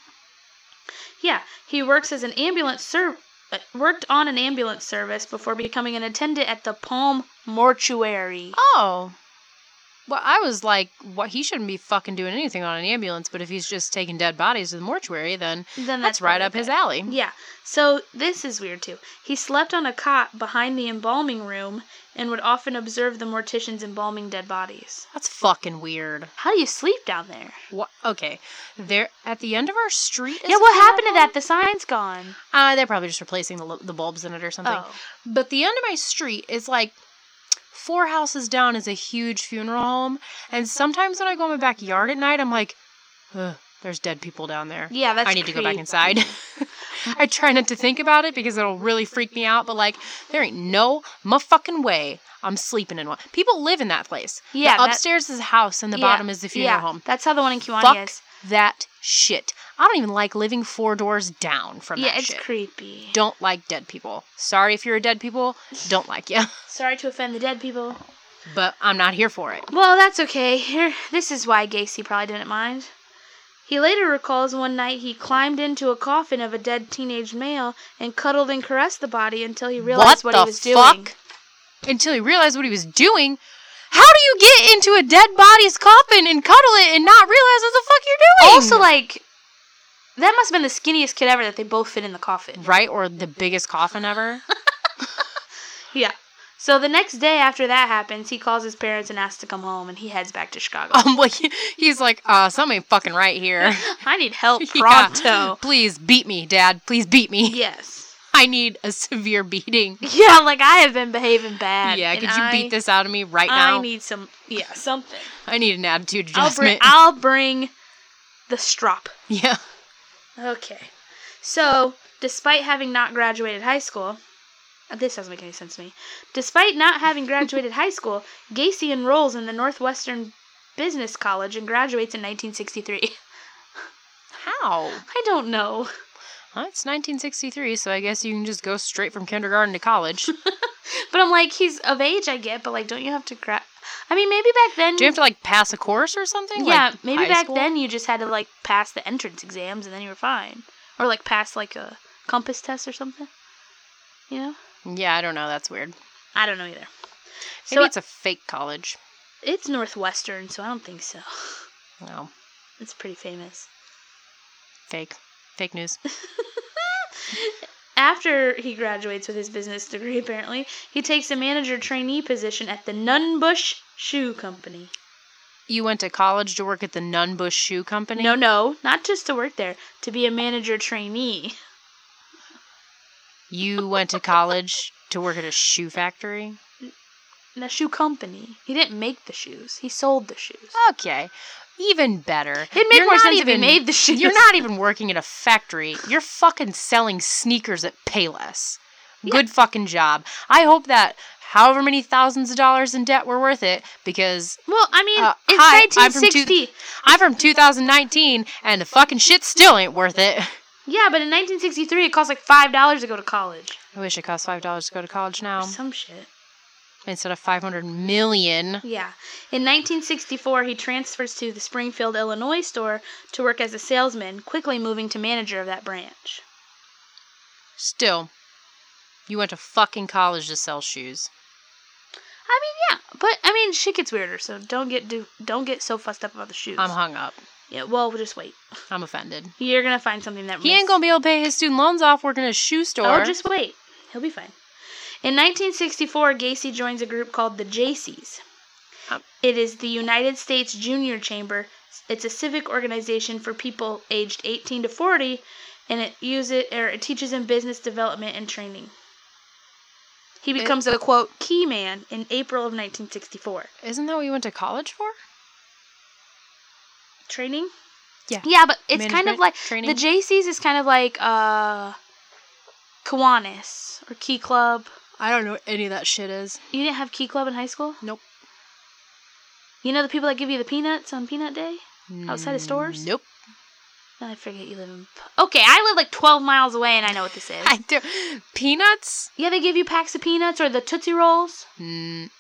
Speaker 2: Yeah, he works as an ambulance ser- uh, worked on an ambulance service before becoming an attendant at the Palm Mortuary.
Speaker 1: Oh. Well, I was like, what? He shouldn't be fucking doing anything on an ambulance. But if he's just taking dead bodies to the mortuary, then
Speaker 2: Then
Speaker 1: that's, right
Speaker 2: probably
Speaker 1: up his
Speaker 2: good.
Speaker 1: alley.
Speaker 2: Yeah. So this is weird too. He slept on a cot behind the embalming room and would often observe the morticians embalming dead bodies.
Speaker 1: That's fucking weird.
Speaker 2: How do you sleep down there?
Speaker 1: What? Okay, there at the end of our street. Is
Speaker 2: yeah, what
Speaker 1: one of
Speaker 2: happened
Speaker 1: them?
Speaker 2: to that? The sign's gone.
Speaker 1: Uh, they're probably just replacing the lo- the bulbs in it or something.
Speaker 2: Oh.
Speaker 1: But the end of my street is like four houses down is a huge funeral home, and sometimes when I go in my backyard at night, I'm like, Ugh, there's dead people down there.
Speaker 2: Yeah, that's
Speaker 1: I need to go back
Speaker 2: creepy.
Speaker 1: inside. I try not to think about it because it'll really freak me out. But like, there ain't no motherfucking way I'm sleeping in one. People live in that place. The
Speaker 2: Yeah, that-
Speaker 1: upstairs is the house and the
Speaker 2: Yeah,
Speaker 1: bottom is the funeral
Speaker 2: yeah,
Speaker 1: home.
Speaker 2: That's how the one in Kiwani
Speaker 1: Fuck
Speaker 2: is.
Speaker 1: That shit. I don't even like living four doors down from
Speaker 2: Yeah,
Speaker 1: that
Speaker 2: it's
Speaker 1: shit.
Speaker 2: creepy.
Speaker 1: don't like dead people. Sorry if you're a dead people. Don't like you.
Speaker 2: Sorry to offend the dead people.
Speaker 1: But I'm not here for it.
Speaker 2: Well, that's okay. Here, this is why Gacy probably didn't mind. He later recalls one night he climbed into a coffin of a dead teenage male and cuddled and caressed the body until he realized what,
Speaker 1: the
Speaker 2: he was doing.
Speaker 1: Until he realized what he was doing. How do you get into a dead body's coffin and cuddle it and not realize what the fuck you're doing?
Speaker 2: Also, like, that must have been the skinniest kid ever that they both fit in the coffin.
Speaker 1: right or the biggest coffin ever.
Speaker 2: Yeah. So the next day after that happens, he calls his parents and asks to come home, and he heads back to Chicago.
Speaker 1: Um, like he- he's like, uh, something fucking right here.
Speaker 2: I need help
Speaker 1: Yeah.
Speaker 2: pronto.
Speaker 1: Please beat me, Dad. Please beat me.
Speaker 2: Yes.
Speaker 1: I need a severe beating.
Speaker 2: Yeah, like I have been behaving bad.
Speaker 1: yeah,
Speaker 2: and
Speaker 1: could you
Speaker 2: I-
Speaker 1: beat this out of me right now?
Speaker 2: I need some. Yeah, something.
Speaker 1: I need an attitude
Speaker 2: I'll bring.
Speaker 1: adjustment.
Speaker 2: I'll bring the strop.
Speaker 1: yeah.
Speaker 2: Okay. So, despite having not graduated high school, uh, this doesn't make any sense to me. Despite not having graduated high school, Gacy enrolls in the Northwestern Business College and graduates in 1963.
Speaker 1: How?
Speaker 2: I don't know.
Speaker 1: Well, it's 1963, so I guess you can just go straight from kindergarten to college. Do
Speaker 2: But I'm like, he's of age, I get, but like, don't you have to grad. I mean, maybe back then.
Speaker 1: you have to like pass a course or something?
Speaker 2: yeah,
Speaker 1: Like,
Speaker 2: maybe
Speaker 1: high
Speaker 2: back
Speaker 1: school?
Speaker 2: then you just had to like pass the entrance exams and then you were fine. Or like pass like a compass test or something. You know?
Speaker 1: Yeah, I don't know. That's weird.
Speaker 2: I don't know either.
Speaker 1: Maybe
Speaker 2: So-
Speaker 1: it's a fake college.
Speaker 2: It's Northwestern, so I don't think so.
Speaker 1: No,
Speaker 2: It's pretty famous.
Speaker 1: fake. Fake news.
Speaker 2: After he graduates with his business degree, apparently, he takes a manager trainee position at the Nunbush Shoe Company.
Speaker 1: You went to college to work at the Nunbush Shoe Company?
Speaker 2: No, no, not just to work there, to be a manager trainee.
Speaker 1: You went to college to work at a shoe factory?
Speaker 2: In a shoe company. He didn't make the shoes, he sold the shoes.
Speaker 1: Okay. Even better.
Speaker 2: It'd make
Speaker 1: You're
Speaker 2: more
Speaker 1: not
Speaker 2: sense if he
Speaker 1: even-
Speaker 2: made the shoes.
Speaker 1: You're not even working at a factory. You're fucking selling sneakers at Payless. Good fucking job. I hope that however many thousands of dollars in debt were worth it because
Speaker 2: Well, I mean,
Speaker 1: Uh,
Speaker 2: it's
Speaker 1: hi, I'm from
Speaker 2: 1960.
Speaker 1: I'm from 2019 and the fucking shit still ain't worth it.
Speaker 2: Yeah, but in 1963, it cost like $5 to go to college.
Speaker 1: I wish it cost five dollars to go to college
Speaker 2: Or
Speaker 1: now
Speaker 2: some shit.
Speaker 1: instead of 500 million.
Speaker 2: Yeah. In 1964, he transfers to the Springfield, Illinois store to work as a salesman, quickly moving to manager of that branch.
Speaker 1: Still, you went to fucking college to sell shoes.
Speaker 2: I mean, yeah, but I mean, shit gets weirder, so don't get do, don't get so fussed up about the shoes.
Speaker 1: I'm hung up.
Speaker 2: yeah, well, we'll just wait.
Speaker 1: I'm offended.
Speaker 2: You're gonna find something that
Speaker 1: He ain't gonna be able to pay his student loans off working at a shoe store.
Speaker 2: Oh, just wait. He'll be fine. In 1964, Gacy joins a group called the JCs.
Speaker 1: Um.
Speaker 2: It is the United States Junior Chamber. It's a civic organization for people aged 18 to 40, and it uses or it teaches in business development and training. He becomes a quote key man in April of 1964.
Speaker 1: Isn't that what you went to college for?
Speaker 2: Training?
Speaker 1: Yeah.
Speaker 2: Yeah, but it's kind of
Speaker 1: Management
Speaker 2: like
Speaker 1: training?
Speaker 2: the JCs is kind of like uh Kiwanis or Key Club.
Speaker 1: I don't know what any of that shit is.
Speaker 2: You didn't have Key Club in high school?
Speaker 1: Nope.
Speaker 2: You know the people that give you the peanuts on Peanut Day? Outside of stores?
Speaker 1: Mm, Nope.
Speaker 2: No, I forget you live in. P- Okay, I live like 12 miles away and I know what this is.
Speaker 1: I do. Peanuts?
Speaker 2: yeah, they give you packs of peanuts or the Tootsie Rolls.
Speaker 1: Mm,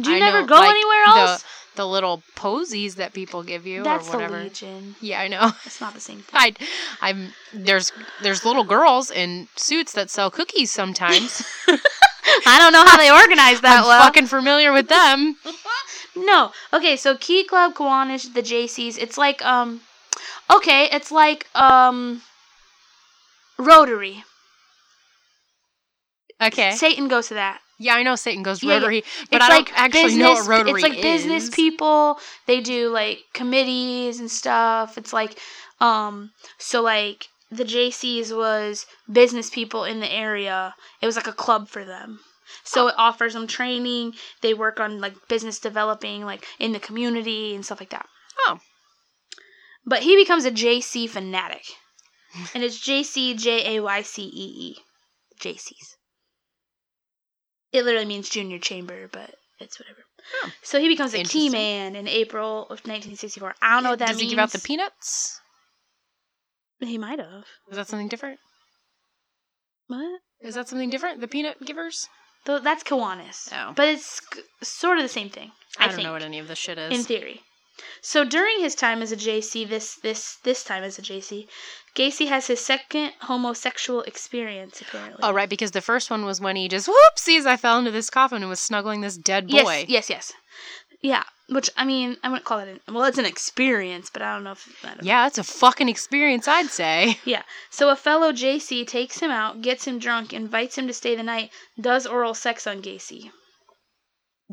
Speaker 2: Do you
Speaker 1: I
Speaker 2: never
Speaker 1: know,
Speaker 2: go
Speaker 1: like,
Speaker 2: anywhere
Speaker 1: the-
Speaker 2: else?
Speaker 1: the little posies that people give you
Speaker 2: That's
Speaker 1: or
Speaker 2: the
Speaker 1: whatever.
Speaker 2: Legion.
Speaker 1: yeah, I know.
Speaker 2: It's not the same thing.
Speaker 1: I, I'm there's there's little girls in suits that sell cookies sometimes.
Speaker 2: I don't know how they organize that
Speaker 1: I'm
Speaker 2: well.
Speaker 1: fucking familiar with them.
Speaker 2: No. Okay, so Key Club, Kiwanis, the JCs, it's like um okay, it's like um Rotary.
Speaker 1: Okay.
Speaker 2: Satan goes to that.
Speaker 1: Yeah, I know Satan goes
Speaker 2: Yeah, yeah.
Speaker 1: rotary, but I don't actually know what rotary
Speaker 2: It's like
Speaker 1: is.
Speaker 2: business people. They do like committees and stuff. It's like um so like the JCs was business people in the area. It was like a club for them. So it offers them training. They work on like business developing like in the community and stuff like that.
Speaker 1: Oh.
Speaker 2: But he becomes a JC fanatic. and it's JC J A Y C E E. JCs. It literally means junior chamber, but it's whatever.
Speaker 1: Oh.
Speaker 2: So he becomes a key
Speaker 1: Interesting.
Speaker 2: man in April of 1964. I don't know what that
Speaker 1: Does
Speaker 2: means.
Speaker 1: he give out the peanuts?
Speaker 2: He might have.
Speaker 1: Is that something different?
Speaker 2: What?
Speaker 1: Is that something different? The peanut givers?
Speaker 2: Though that's Kiwanis.
Speaker 1: Oh.
Speaker 2: But it's c- sort of the same thing. I,
Speaker 1: I, don't
Speaker 2: think,
Speaker 1: know what any of this shit
Speaker 2: in
Speaker 1: is.
Speaker 2: theory. So during his time as a JC, this this this time as a JC, Gacy has his second homosexual experience apparently.
Speaker 1: Oh, right, because the first one was when he just whoopsies, I fell into this coffin and was snuggling this dead boy.
Speaker 2: Yes, yes, yes. Yeah, which I mean, I wouldn't call it an well, it's an experience, but I don't know if I don't-
Speaker 1: Yeah, that's a fucking experience, I'd say.
Speaker 2: So a fellow JC takes him out, gets him drunk, invites him to stay the night, does oral sex on Gacy.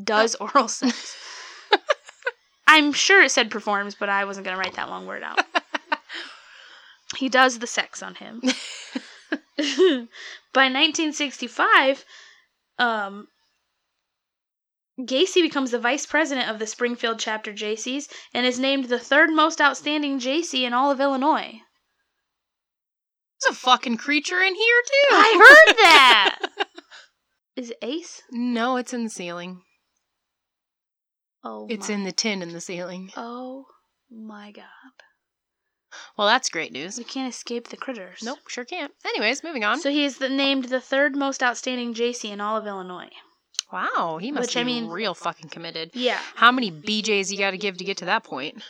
Speaker 2: Does oral sex. I'm sure it said performs, but I wasn't going to write that long word out. he does the sex on him. By 1965, um, Gacy becomes the vice president of the Springfield chapter JCs and is named the third most outstanding JC in all of Illinois.
Speaker 1: There's a fucking creature in here too.
Speaker 2: I heard that. Is it Ace?
Speaker 1: No, it's in the ceiling.
Speaker 2: Oh,
Speaker 1: It's
Speaker 2: my.
Speaker 1: in the tin in the ceiling.
Speaker 2: Oh my god!
Speaker 1: Well, that's great news.
Speaker 2: We can't escape the critters.
Speaker 1: Nope, sure can't. Anyways, moving on.
Speaker 2: So he is the, named the third most outstanding JC in all of Illinois.
Speaker 1: wow, he must
Speaker 2: Which,
Speaker 1: be
Speaker 2: I mean-
Speaker 1: real fucking committed.
Speaker 2: Yeah,
Speaker 1: How many BJs you got to give to get to that point?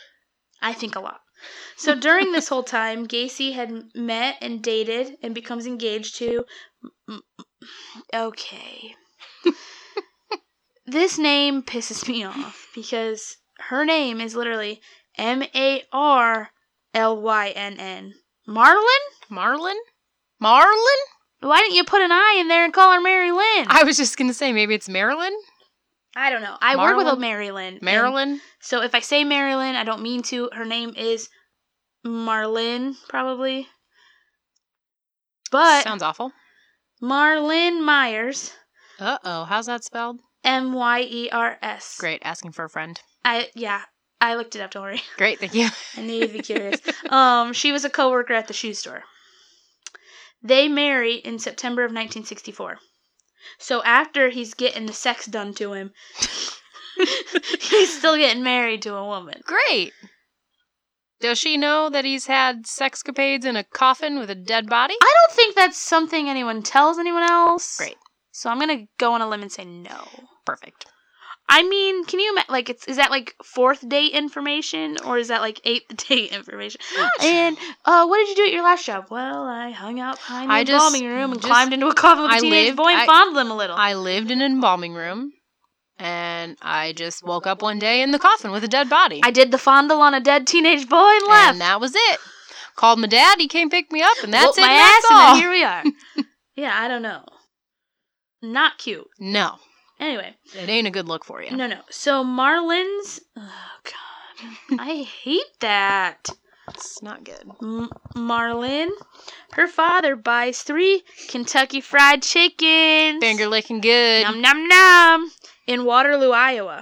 Speaker 2: I think a lot. So during this whole time, Gacy had met and dated and becomes engaged to. Okay. this name pisses me off because her name is literally M A R L Y N N. Marlin?
Speaker 1: Marlin? Marlin?
Speaker 2: Why didn't you put an I in there and call her Mary Lynn? I,
Speaker 1: I was just gonna say maybe it's Marilyn.
Speaker 2: don't know. I work with
Speaker 1: Marlon?
Speaker 2: a Mary Lynn. and-
Speaker 1: Marilyn.
Speaker 2: So if I say Mary Lynn, I don't mean to. Her name is Marlin, probably. But
Speaker 1: Sounds awful.
Speaker 2: Marlin Myers,
Speaker 1: Uh oh, how's that spelled?
Speaker 2: M Y E R S.
Speaker 1: Great, asking for a friend.
Speaker 2: I yeah, I looked it up. Don't worry.
Speaker 1: Great, thank you.
Speaker 2: I knew you'd be curious. Um, she was a coworker at the shoe store. They marry in September of 1964. So after he's getting the sex done to him, he's still getting married to a woman.
Speaker 1: Great. Does she know that he's had sexcapades in a coffin with a dead body?
Speaker 2: I don't think that's something anyone tells anyone else.
Speaker 1: Great.
Speaker 2: So I'm gonna go on a limb and say no.
Speaker 1: Perfect.
Speaker 2: I mean, can you ima- like it's is that like fourth date information or is that like eighth date information? And uh, what did you do at your last job? Well, I hung out behind
Speaker 1: I
Speaker 2: the
Speaker 1: just-
Speaker 2: embalming room and
Speaker 1: just-
Speaker 2: climbed into a coffin with a
Speaker 1: I
Speaker 2: teenage
Speaker 1: lived-
Speaker 2: boy and
Speaker 1: I-
Speaker 2: fondled him a little.
Speaker 1: I lived in an embalming room and I just woke up one day in the coffin with a dead body.
Speaker 2: I did the fondle on a dead teenage boy and left.
Speaker 1: And that was it. Called my dad, he came pick me up, and that's
Speaker 2: Whooped
Speaker 1: it.
Speaker 2: my
Speaker 1: and
Speaker 2: ass,
Speaker 1: that's
Speaker 2: and
Speaker 1: all.
Speaker 2: then here we are. yeah, I don't know. Not cute.
Speaker 1: No,
Speaker 2: Anyway,
Speaker 1: it ain't a good look for you.
Speaker 2: no, no. So Marlin's. Oh God, I hate that.
Speaker 1: It's not good.
Speaker 2: M- Marlin, her father buys three Kentucky Fried Chickens.
Speaker 1: Finger licking good.
Speaker 2: Nom nom nom. In Waterloo, Iowa.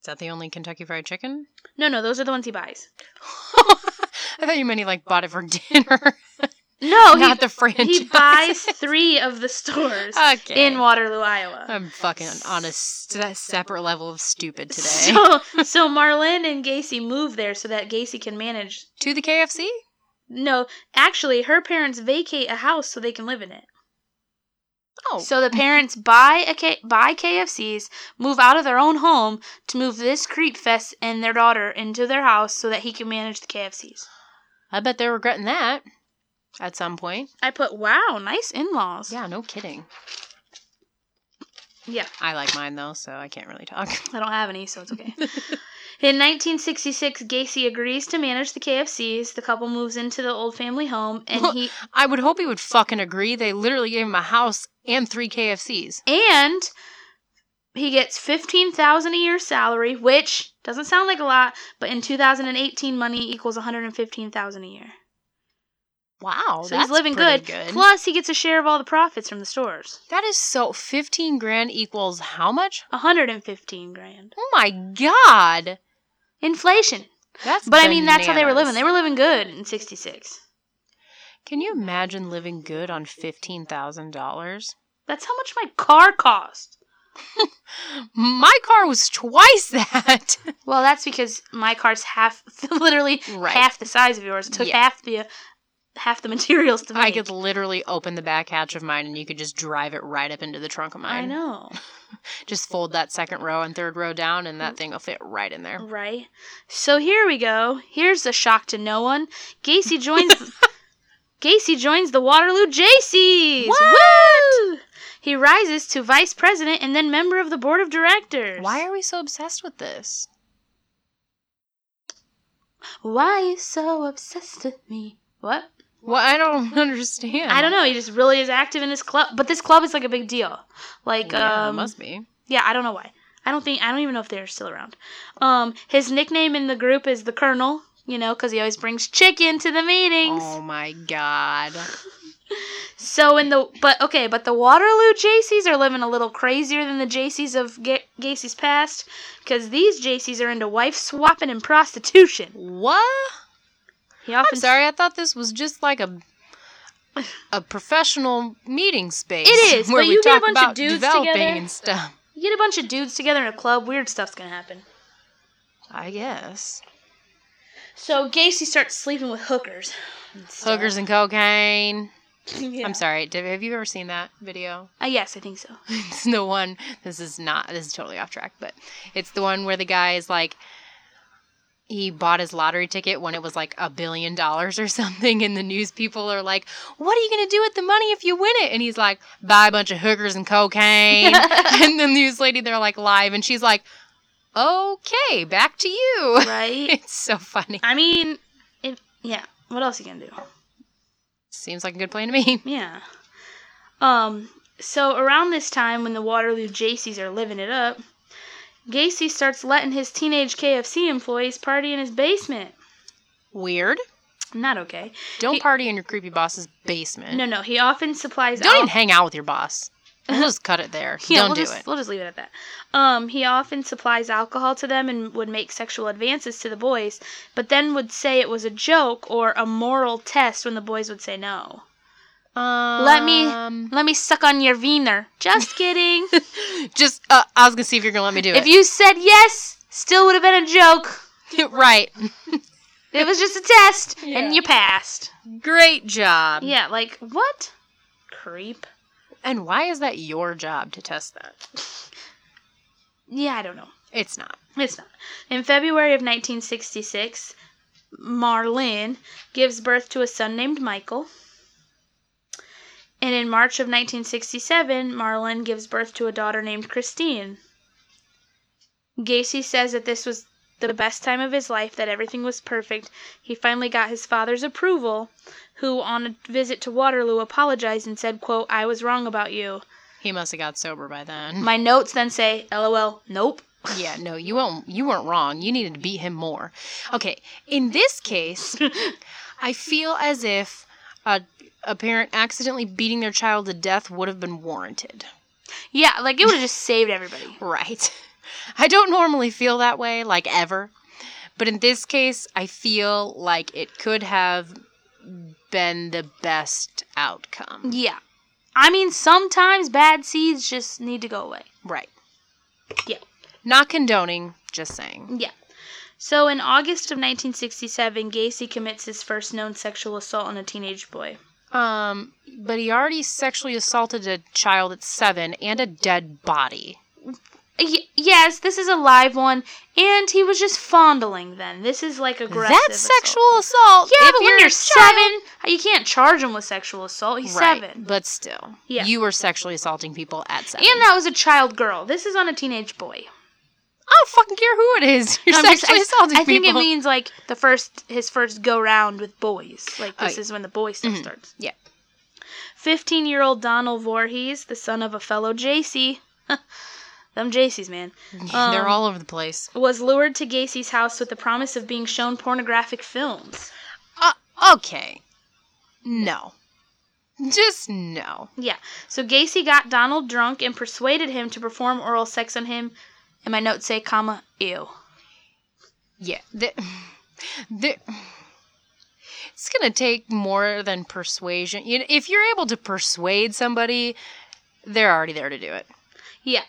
Speaker 1: Is that the only Kentucky Fried Chicken?
Speaker 2: No, no, those are the ones he buys.
Speaker 1: I thought you meant he like bought it for dinner,
Speaker 2: No, Oh, he,
Speaker 1: not the franchise. Oh,
Speaker 2: he buys three of the stores
Speaker 1: okay. Oh,
Speaker 2: in Waterloo, Iowa.
Speaker 1: I'm fucking on a se- separate level of stupid today.
Speaker 2: So, so Marlin and Gacy move there so that Gacy can manage.
Speaker 1: to the KFC?
Speaker 2: No, actually, her parents vacate a house so they can live in it.
Speaker 1: Oh,
Speaker 2: So the parents buy a K- buy KFCs, move out of their own home to move this creep fest and their daughter into their house so that he can manage the KFCs.
Speaker 1: I bet they're regretting that at some point.
Speaker 2: I put wow, nice in-laws.
Speaker 1: Yeah, no kidding.
Speaker 2: Yeah,
Speaker 1: I like mine though, so I can't really talk.
Speaker 2: I don't have any, so it's okay. In 1966, Gacy agrees to manage the KFCs. The couple moves into the old family home, and he
Speaker 1: I would hope he would fucking agree. They literally gave him a house and three KFCs.
Speaker 2: and he gets 15,000 a year salary, which doesn't sound like a lot, but in 2018 money equals 115,000 a year.
Speaker 1: Wow,
Speaker 2: so
Speaker 1: Oh, that's
Speaker 2: he's living
Speaker 1: pretty
Speaker 2: good. Plus, he gets a share of all the profits from the stores.
Speaker 1: that is so. Fifteen grand equals how much?
Speaker 2: 115 grand.
Speaker 1: Oh my god,
Speaker 2: Inflation.
Speaker 1: that's.
Speaker 2: But I mean, that's how they were living.
Speaker 1: bananas.
Speaker 2: They were living good in 66.
Speaker 1: Can you imagine living good on fifteen thousand dollars?
Speaker 2: That's how much my car cost.
Speaker 1: My car was twice that.
Speaker 2: Well, that's because my car's half, literally
Speaker 1: Right.
Speaker 2: half the size of yours. It took
Speaker 1: Yeah.
Speaker 2: half the half the materials to make.
Speaker 1: I could literally open the back hatch of mine, and you could just drive it right up into the trunk of mine.
Speaker 2: I know,
Speaker 1: Just fold that second row and third row down, and that thing will fit right in there.
Speaker 2: right? So here we go. Here's a shock to no one. Gacy joins. Gacy joins the Waterloo JCs.
Speaker 1: What?
Speaker 2: Woo! He rises to vice president and then member of the board of directors.
Speaker 1: Why are we so obsessed with this?
Speaker 2: Why you so obsessed with me? What?
Speaker 1: Well, I don't understand.
Speaker 2: I don't know. He just really is active in this club, but this club is like a big deal. Like,
Speaker 1: Yeah, it
Speaker 2: um,
Speaker 1: must be.
Speaker 2: yeah, I don't know why. I don't think I don't even know if they're still around. Um, his nickname in the group is the Colonel. You know, because he always brings chicken to the meetings.
Speaker 1: Oh my god.
Speaker 2: So in the but okay, but the Waterloo JCs are living a little crazier than the JCs of Ga- Gacy's past, because these JCs are into wife swapping and prostitution.
Speaker 1: What?
Speaker 2: He
Speaker 1: I'm
Speaker 2: often
Speaker 1: sorry. I thought this was just like a a professional meeting space.
Speaker 2: It is,
Speaker 1: where
Speaker 2: but
Speaker 1: we
Speaker 2: you get a
Speaker 1: talk
Speaker 2: bunch of
Speaker 1: about
Speaker 2: dudes
Speaker 1: developing
Speaker 2: together.
Speaker 1: and stuff.
Speaker 2: you get a bunch of dudes together in a club, weird stuff's gonna happen.
Speaker 1: I guess
Speaker 2: So Gacy starts sleeping with hookers. and stuff.
Speaker 1: hookers and cocaine.
Speaker 2: Yeah.
Speaker 1: I'm sorry. Did, have you ever seen that video?
Speaker 2: Uh, yes, I think so.
Speaker 1: It's the one. This is not. This is totally off track, but it's the one where the guy is like. He bought his lottery ticket when it was like a billion dollars or something, and the news people are like, "What are you gonna do with the money if you win it?" And he's like, "Buy a bunch of hookers and cocaine." and the news lady, they're like live, and she's like, "Okay, back to you."
Speaker 2: right?
Speaker 1: It's so funny.
Speaker 2: I mean, if yeah, what else you gonna do?
Speaker 1: Seems like a good plan to me.
Speaker 2: Yeah. Um, so around this time when the Waterloo JCs are living it up, Gacy starts letting his teenage KFC employees party in his basement.
Speaker 1: Weird.
Speaker 2: Not okay.
Speaker 1: Don't
Speaker 2: He-
Speaker 1: party in your creepy boss's basement.
Speaker 2: No, no, he often supplies
Speaker 1: Don't
Speaker 2: al-
Speaker 1: even hang out with your boss. We'll just cut it there.
Speaker 2: Yeah,
Speaker 1: Don't
Speaker 2: we'll
Speaker 1: do
Speaker 2: just,
Speaker 1: it.
Speaker 2: We'll just leave it at that. Um, he often supplies alcohol to them and would make sexual advances to the boys, but then would say it was a joke or a moral test when the boys would say no. Let me-
Speaker 1: Um,
Speaker 2: Let me suck on your wiener. Just kidding.
Speaker 1: Just, uh, I was gonna see if you're gonna let me do it.
Speaker 2: if you said yes, still would have been a joke.
Speaker 1: right.
Speaker 2: It was just a test,
Speaker 1: Yeah. Um,
Speaker 2: and you passed.
Speaker 1: Great job.
Speaker 2: Yeah, like what? Creep.
Speaker 1: And why is that your job to test that?
Speaker 2: Yeah, I don't know.
Speaker 1: It's not.
Speaker 2: It's not. In February of 1966, Marlene gives birth to a son named Michael. And in March of 1967, Marlene gives birth to a daughter named Christine. Gacy says that this was the best time of his life, that everything was perfect. He finally got his father's approval, who on a visit to Waterloo apologized and said, quote, I was wrong about you.
Speaker 1: He must have got sober by then.
Speaker 2: My notes then say, LOL, nope.
Speaker 1: yeah, no, you won't. You weren't wrong. You needed to beat him more. Okay, in this case, I feel as if a a parent accidentally beating their child to death would have been warranted.
Speaker 2: Yeah, like it would have just saved everybody.
Speaker 1: Right. I don't normally feel that way, like ever. But in this case, I feel like it could have been the best outcome.
Speaker 2: Yeah. I mean, sometimes bad seeds just need to go away.
Speaker 1: Right.
Speaker 2: Yeah.
Speaker 1: Not condoning, just saying.
Speaker 2: Yeah. So in August of 1967, Gacy commits his first known sexual assault on a teenage boy.
Speaker 1: Um, but he already sexually assaulted a child at seven and a dead body.
Speaker 2: Y- yes, this is a live one, and he was just fondling then. This is like aggressive.
Speaker 1: That's
Speaker 2: assault.
Speaker 1: sexual assault.
Speaker 2: Yeah,
Speaker 1: if
Speaker 2: but when you're
Speaker 1: a child.
Speaker 2: seven, uh, you can't charge him with sexual assault. He's
Speaker 1: Right,
Speaker 2: seven.
Speaker 1: But still,
Speaker 2: Yeah.
Speaker 1: you were sexually assaulting people at seven.
Speaker 2: And that was a child girl. This is on a teenage boy.
Speaker 1: I don't fucking care who it is. You're
Speaker 2: I'm just-
Speaker 1: sexually assaulting
Speaker 2: I think
Speaker 1: people.
Speaker 2: it means like the first his first go round with boys. Like
Speaker 1: Oh,
Speaker 2: this
Speaker 1: yeah.
Speaker 2: is when the boy stuff
Speaker 1: Mhm.
Speaker 2: starts.
Speaker 1: Yeah.
Speaker 2: Fifteen year old Donald Voorhees, the son of a fellow JC them JCs man,
Speaker 1: They're
Speaker 2: um,
Speaker 1: all over the place.
Speaker 2: was lured to Gacy's house with the promise of being shown pornographic films.
Speaker 1: Uh, okay. No. Just no.
Speaker 2: Yeah. So Gacy got Donald drunk and persuaded him to perform oral sex on him and my notes say, comma, ew.
Speaker 1: Yeah. The, the, it's going to take more than persuasion. You know, if you're able to persuade somebody, they're already there to do it.
Speaker 2: Yeah.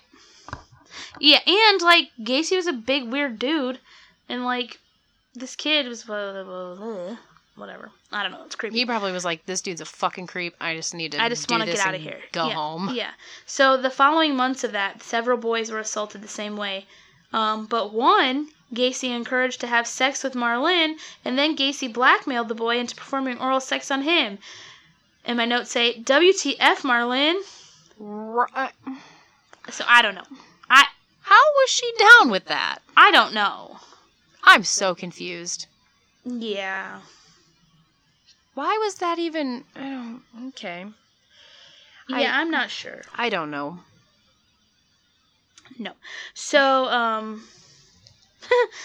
Speaker 2: Yeah, and like Gacy was a big weird dude, and like this kid was blah, blah, blah, blah, whatever. I don't know. It's creepy.
Speaker 1: He probably was like, this dude's a fucking creep. I just need to
Speaker 2: I just
Speaker 1: do
Speaker 2: want to
Speaker 1: this
Speaker 2: get out of
Speaker 1: and
Speaker 2: here.
Speaker 1: Go
Speaker 2: yeah.
Speaker 1: home.
Speaker 2: Yeah. So the following months of that, several boys were assaulted the same way, um, but one Gacy encouraged to have sex with Marlin, and then Gacy blackmailed the boy into performing oral sex on him. And my notes say, "WTF, Marlin."
Speaker 1: r- uh,
Speaker 2: So I don't know. I
Speaker 1: how was she down with that?
Speaker 2: I don't know.
Speaker 1: I'm so confused.
Speaker 2: Yeah.
Speaker 1: Why was that even? I don't. Okay. I-
Speaker 2: Yeah, I, am not sure.
Speaker 1: I don't know.
Speaker 2: So, um,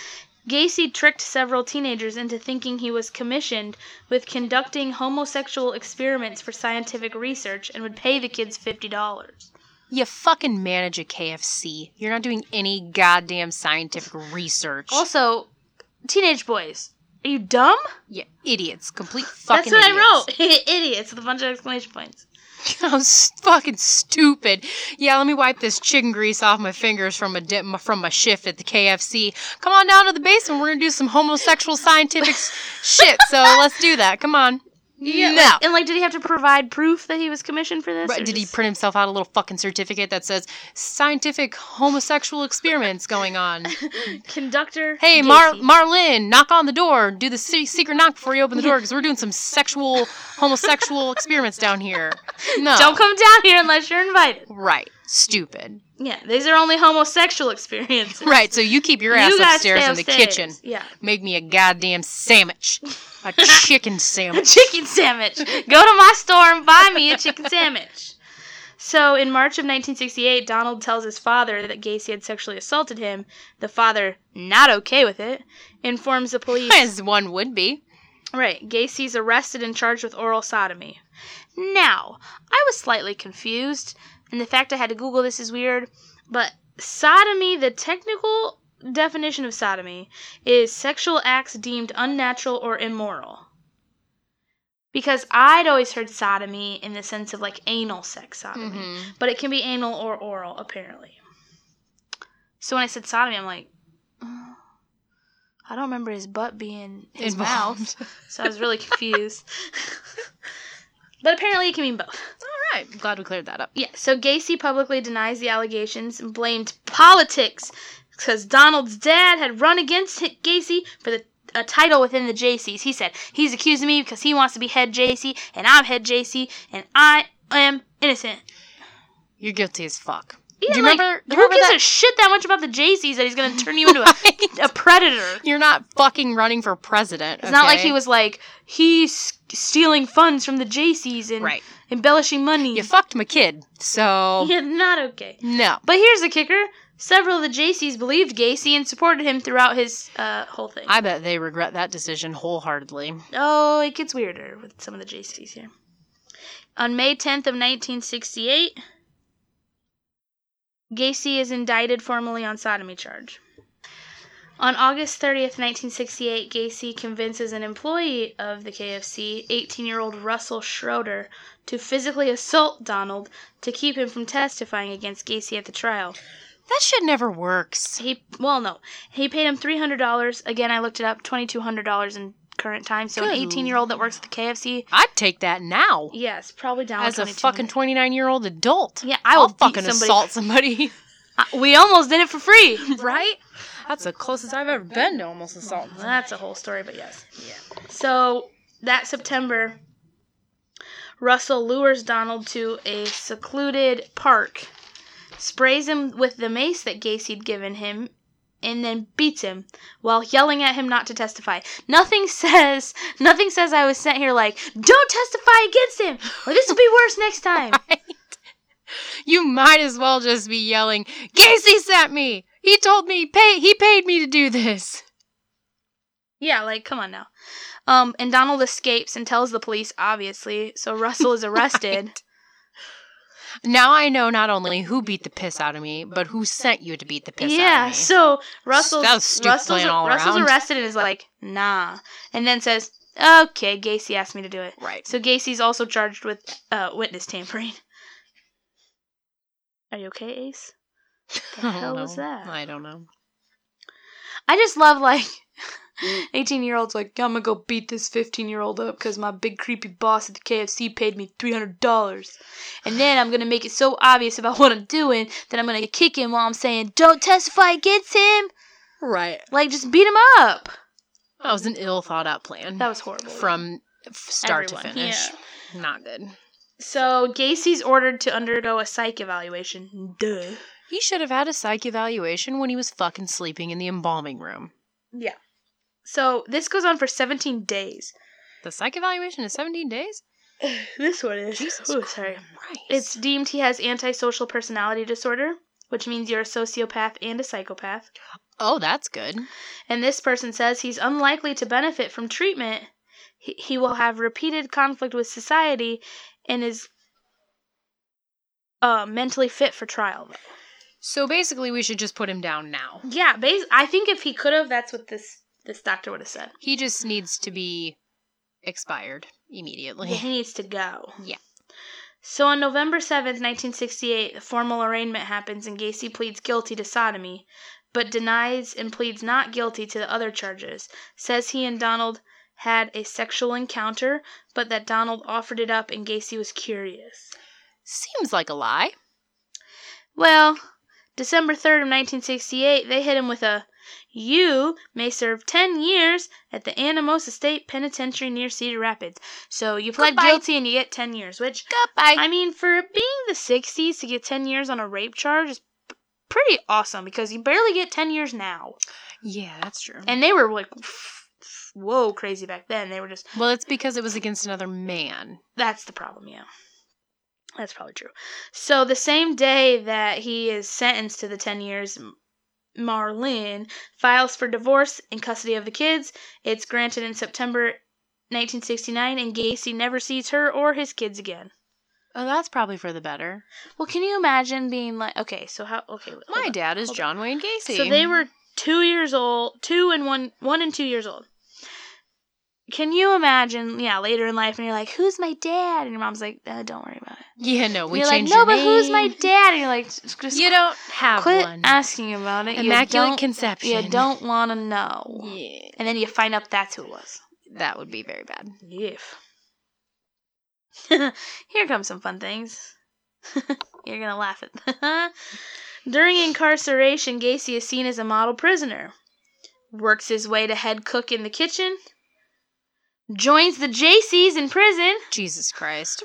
Speaker 2: Gacy tricked several teenagers into thinking he was commissioned with conducting homosexual experiments for scientific research and would pay the kids $50.
Speaker 1: You fucking manage a KFC. You're not doing any goddamn scientific research.
Speaker 2: Also, teenage boys, are you dumb?
Speaker 1: yeah, idiots. Complete fucking.
Speaker 2: That's what
Speaker 1: idiots.
Speaker 2: I wrote. Idiots with a bunch of exclamation points.
Speaker 1: How s- fucking stupid. Yeah, let me wipe this chicken grease off my fingers from a dip, from my shift at the KFC. Come on down to the basement. We're gonna do some homosexual scientific s- shit. So let's do that. Come on. no.
Speaker 2: like- and like, did he have to provide proof that he was commissioned for this?
Speaker 1: Right,
Speaker 2: or
Speaker 1: did he
Speaker 2: just-
Speaker 1: print himself out a little fucking certificate that says scientific homosexual experiments going on?
Speaker 2: conductor?
Speaker 1: Hey, Mar-
Speaker 2: Gacy.
Speaker 1: Marlin, knock on the door. Do the se- secret knock before you open the door because we're doing some sexual homosexual experiments down here. No,
Speaker 2: Don't come down here unless you're invited.
Speaker 1: Right, stupid.
Speaker 2: Yeah, these are only homosexual experiences.
Speaker 1: Right, so you keep your ass
Speaker 2: You guys
Speaker 1: upstairs
Speaker 2: stay
Speaker 1: in the
Speaker 2: upstairs.
Speaker 1: kitchen.
Speaker 2: Yeah.
Speaker 1: Make me a goddamn sandwich, a chicken
Speaker 2: A
Speaker 1: sandwich.
Speaker 2: chicken sandwich. Go to my store and buy me a chicken sandwich. So, in March of 1968, Donald tells his father that Gacy had sexually assaulted him. The father, not okay with it, informs the police.
Speaker 1: As one would be.
Speaker 2: Right, Gacy's arrested and charged with oral sodomy. Now, I was slightly confused, and the fact I had to Google this is weird, but sodomy, the technical definition of sodomy, is sexual acts deemed unnatural or immoral. Because I'd always heard sodomy in the sense of like anal sex sodomy,
Speaker 1: Mhm.
Speaker 2: but it can be anal or oral, apparently. So when I said sodomy, I'm like, "Oh, I don't remember his butt being his mouth.
Speaker 1: Involved.
Speaker 2: So I was really confused. but apparently it can mean both.
Speaker 1: All right, glad we cleared that up.
Speaker 2: Yeah, so Gacy publicly denies the allegations and blamed politics because Donald's dad had run against H- Gacy for the a title within the JCs. He said, he's accusing me because he wants to be head JC, and I'm head JC, and I am innocent.
Speaker 1: You're guilty as fuck.
Speaker 2: Yeah,
Speaker 1: Do you
Speaker 2: like,
Speaker 1: remember- do you
Speaker 2: who
Speaker 1: remember
Speaker 2: gives
Speaker 1: that-
Speaker 2: a shit that much about the JCs that he's going to turn you into a, a predator?
Speaker 1: You're not fucking running for president.
Speaker 2: It's not like he was like he's stealing funds from the JCs and
Speaker 1: Right.
Speaker 2: embellishing money.
Speaker 1: You fucked my kid, so
Speaker 2: Yeah, not okay.
Speaker 1: no.
Speaker 2: But here's the kicker: several of the JCs believed Gacy and supported him throughout his uh, whole thing.
Speaker 1: I bet they regret that decision wholeheartedly.
Speaker 2: oh, it gets weirder with some of the JCs here. On May 10th of 1968, Gacy is indicted formally on sodomy charge. On August 30th, 1968, Gacy convinces an employee of the KFC, 18 year old Russell Schroeder, to physically assault Donald to keep him from testifying against Gacy at the trial.
Speaker 1: That shit never works.
Speaker 2: He well, no, he paid him three hundred dollars. Again, I looked it up. Twenty two hundred dollars in current time. So an
Speaker 1: Good
Speaker 2: eighteen year old that works at the KFC,
Speaker 1: I'd take that now
Speaker 2: yes, probably down
Speaker 1: as a
Speaker 2: 2200.
Speaker 1: fucking 29 year old adult.
Speaker 2: Yeah, I
Speaker 1: I'll
Speaker 2: will beat
Speaker 1: fucking
Speaker 2: somebody.
Speaker 1: assault somebody.
Speaker 2: I- we almost did it for free.
Speaker 1: right? That's the closest I've ever been to almost assaulting.
Speaker 2: Well, that's a whole story, but yes. Yeah. So that September, Russell lures Donald to a secluded park, sprays him with the mace that Gacy'd given him, and then beats him while yelling at him not to testify. Nothing says nothing says I was sent here like, don't testify against him, or this will be worse next time.
Speaker 1: You might as well just be yelling, Gacy sent me! He told me pay he paid me to do this.
Speaker 2: Yeah, like come on now. Um, and Donald escapes and tells the police, obviously. So Russell is arrested.
Speaker 1: Now I know not only who beat the piss out of me, but who sent you to beat the piss out
Speaker 2: yeah,
Speaker 1: of me.
Speaker 2: so Russell's,
Speaker 1: That was stupid
Speaker 2: Russell's,
Speaker 1: plan all
Speaker 2: Russell's
Speaker 1: around.
Speaker 2: arrested and is like, nah. And then says, okay, Gacy asked me to do it.
Speaker 1: right.
Speaker 2: So Gacy's also charged with uh, witness tampering. Are you okay, Ace? The
Speaker 1: I don't
Speaker 2: hell was
Speaker 1: know.
Speaker 2: that?
Speaker 1: I don't know.
Speaker 2: I just love, like, 18 year olds, like, I'm gonna go beat this 15 year old up because my big creepy boss at the KFC paid me $300. And then I'm gonna make it so obvious about what I'm doing that I'm gonna kick him while I'm saying, don't testify against him.
Speaker 1: Right.
Speaker 2: Like, just beat him up.
Speaker 1: That was an ill thought out plan.
Speaker 2: That was horrible.
Speaker 1: from f- start
Speaker 2: Everyone,
Speaker 1: to finish. Not good.
Speaker 2: So Gacy's ordered to undergo a psych evaluation. Duh.
Speaker 1: He should have had a psych evaluation when he was fucking sleeping in the embalming room.
Speaker 2: Yeah. So this goes on for 17 days.
Speaker 1: The psych evaluation is 17 days?
Speaker 2: this one is.
Speaker 1: Jesus
Speaker 2: oh, sorry.
Speaker 1: Christ.
Speaker 2: It's deemed he has antisocial personality disorder, which means you're a sociopath and a psychopath.
Speaker 1: oh, that's good.
Speaker 2: And this person says he's unlikely to benefit from treatment. He, he will have repeated conflict with society and is uh, mentally fit for trial. Though.
Speaker 1: So basically, we should just put him down now.
Speaker 2: Yeah, bas- I think if he could have, that's what this this doctor would have said.
Speaker 1: He just needs to be expired immediately.
Speaker 2: Yeah, he needs to go.
Speaker 1: Yeah.
Speaker 2: So on November 7th, 1968, the formal arraignment happens and Gacy pleads guilty to sodomy, but denies and pleads not guilty to the other charges. Says he and Donald had a sexual encounter, but that Donald offered it up and Gacy was curious.
Speaker 1: Seems like a lie.
Speaker 2: Well, December 3rd of 1968, they hit him with a you may serve 10 years at the Anamosa State Penitentiary near Cedar Rapids. So you pled
Speaker 1: Goodbye.
Speaker 2: guilty and you get 10 years, which
Speaker 1: Goodbye.
Speaker 2: I mean for being the 60s to get 10 years on a rape charge is p- pretty awesome because you barely get 10 years now.
Speaker 1: Yeah, that's true.
Speaker 2: And they were like whoa crazy back then. They were just
Speaker 1: well, it's because it was against another man.
Speaker 2: That's the problem, yeah. That's probably true. So the same day that he is sentenced to the 10 years, M- Marlene files for divorce and custody of the kids. It's granted in September 1969 and Gacy never sees her or his kids again.
Speaker 1: Oh, that's probably for the better.
Speaker 2: Well, can you imagine being like okay, so how okay, hold
Speaker 1: My
Speaker 2: on.
Speaker 1: dad is
Speaker 2: hold on.
Speaker 1: John Wayne Gacy.
Speaker 2: So they were 2 years old, 2 and 1 1 and 2 years old. Can you imagine, yeah, later in life and you're like, "Who's my dad?" and your mom's like, uh, "Don't worry about it."
Speaker 1: Yeah, no, we
Speaker 2: you're like,
Speaker 1: changed
Speaker 2: no,
Speaker 1: your
Speaker 2: but who's
Speaker 1: name."
Speaker 2: my dad? And you're like, just just
Speaker 1: You don't have
Speaker 2: quit
Speaker 1: one.
Speaker 2: asking about it.
Speaker 1: Immaculate
Speaker 2: you
Speaker 1: conception.
Speaker 2: don't, you don't want to know.
Speaker 1: Yeah,
Speaker 2: And then you find out that's who it was.
Speaker 1: that would be very bad.
Speaker 2: If. Here come some fun things. you're gonna laugh at. During incarceration, Gacy is seen as a model prisoner. Works his way to head cook in the kitchen. Joins the JCs in prison.
Speaker 1: Jesus Christ.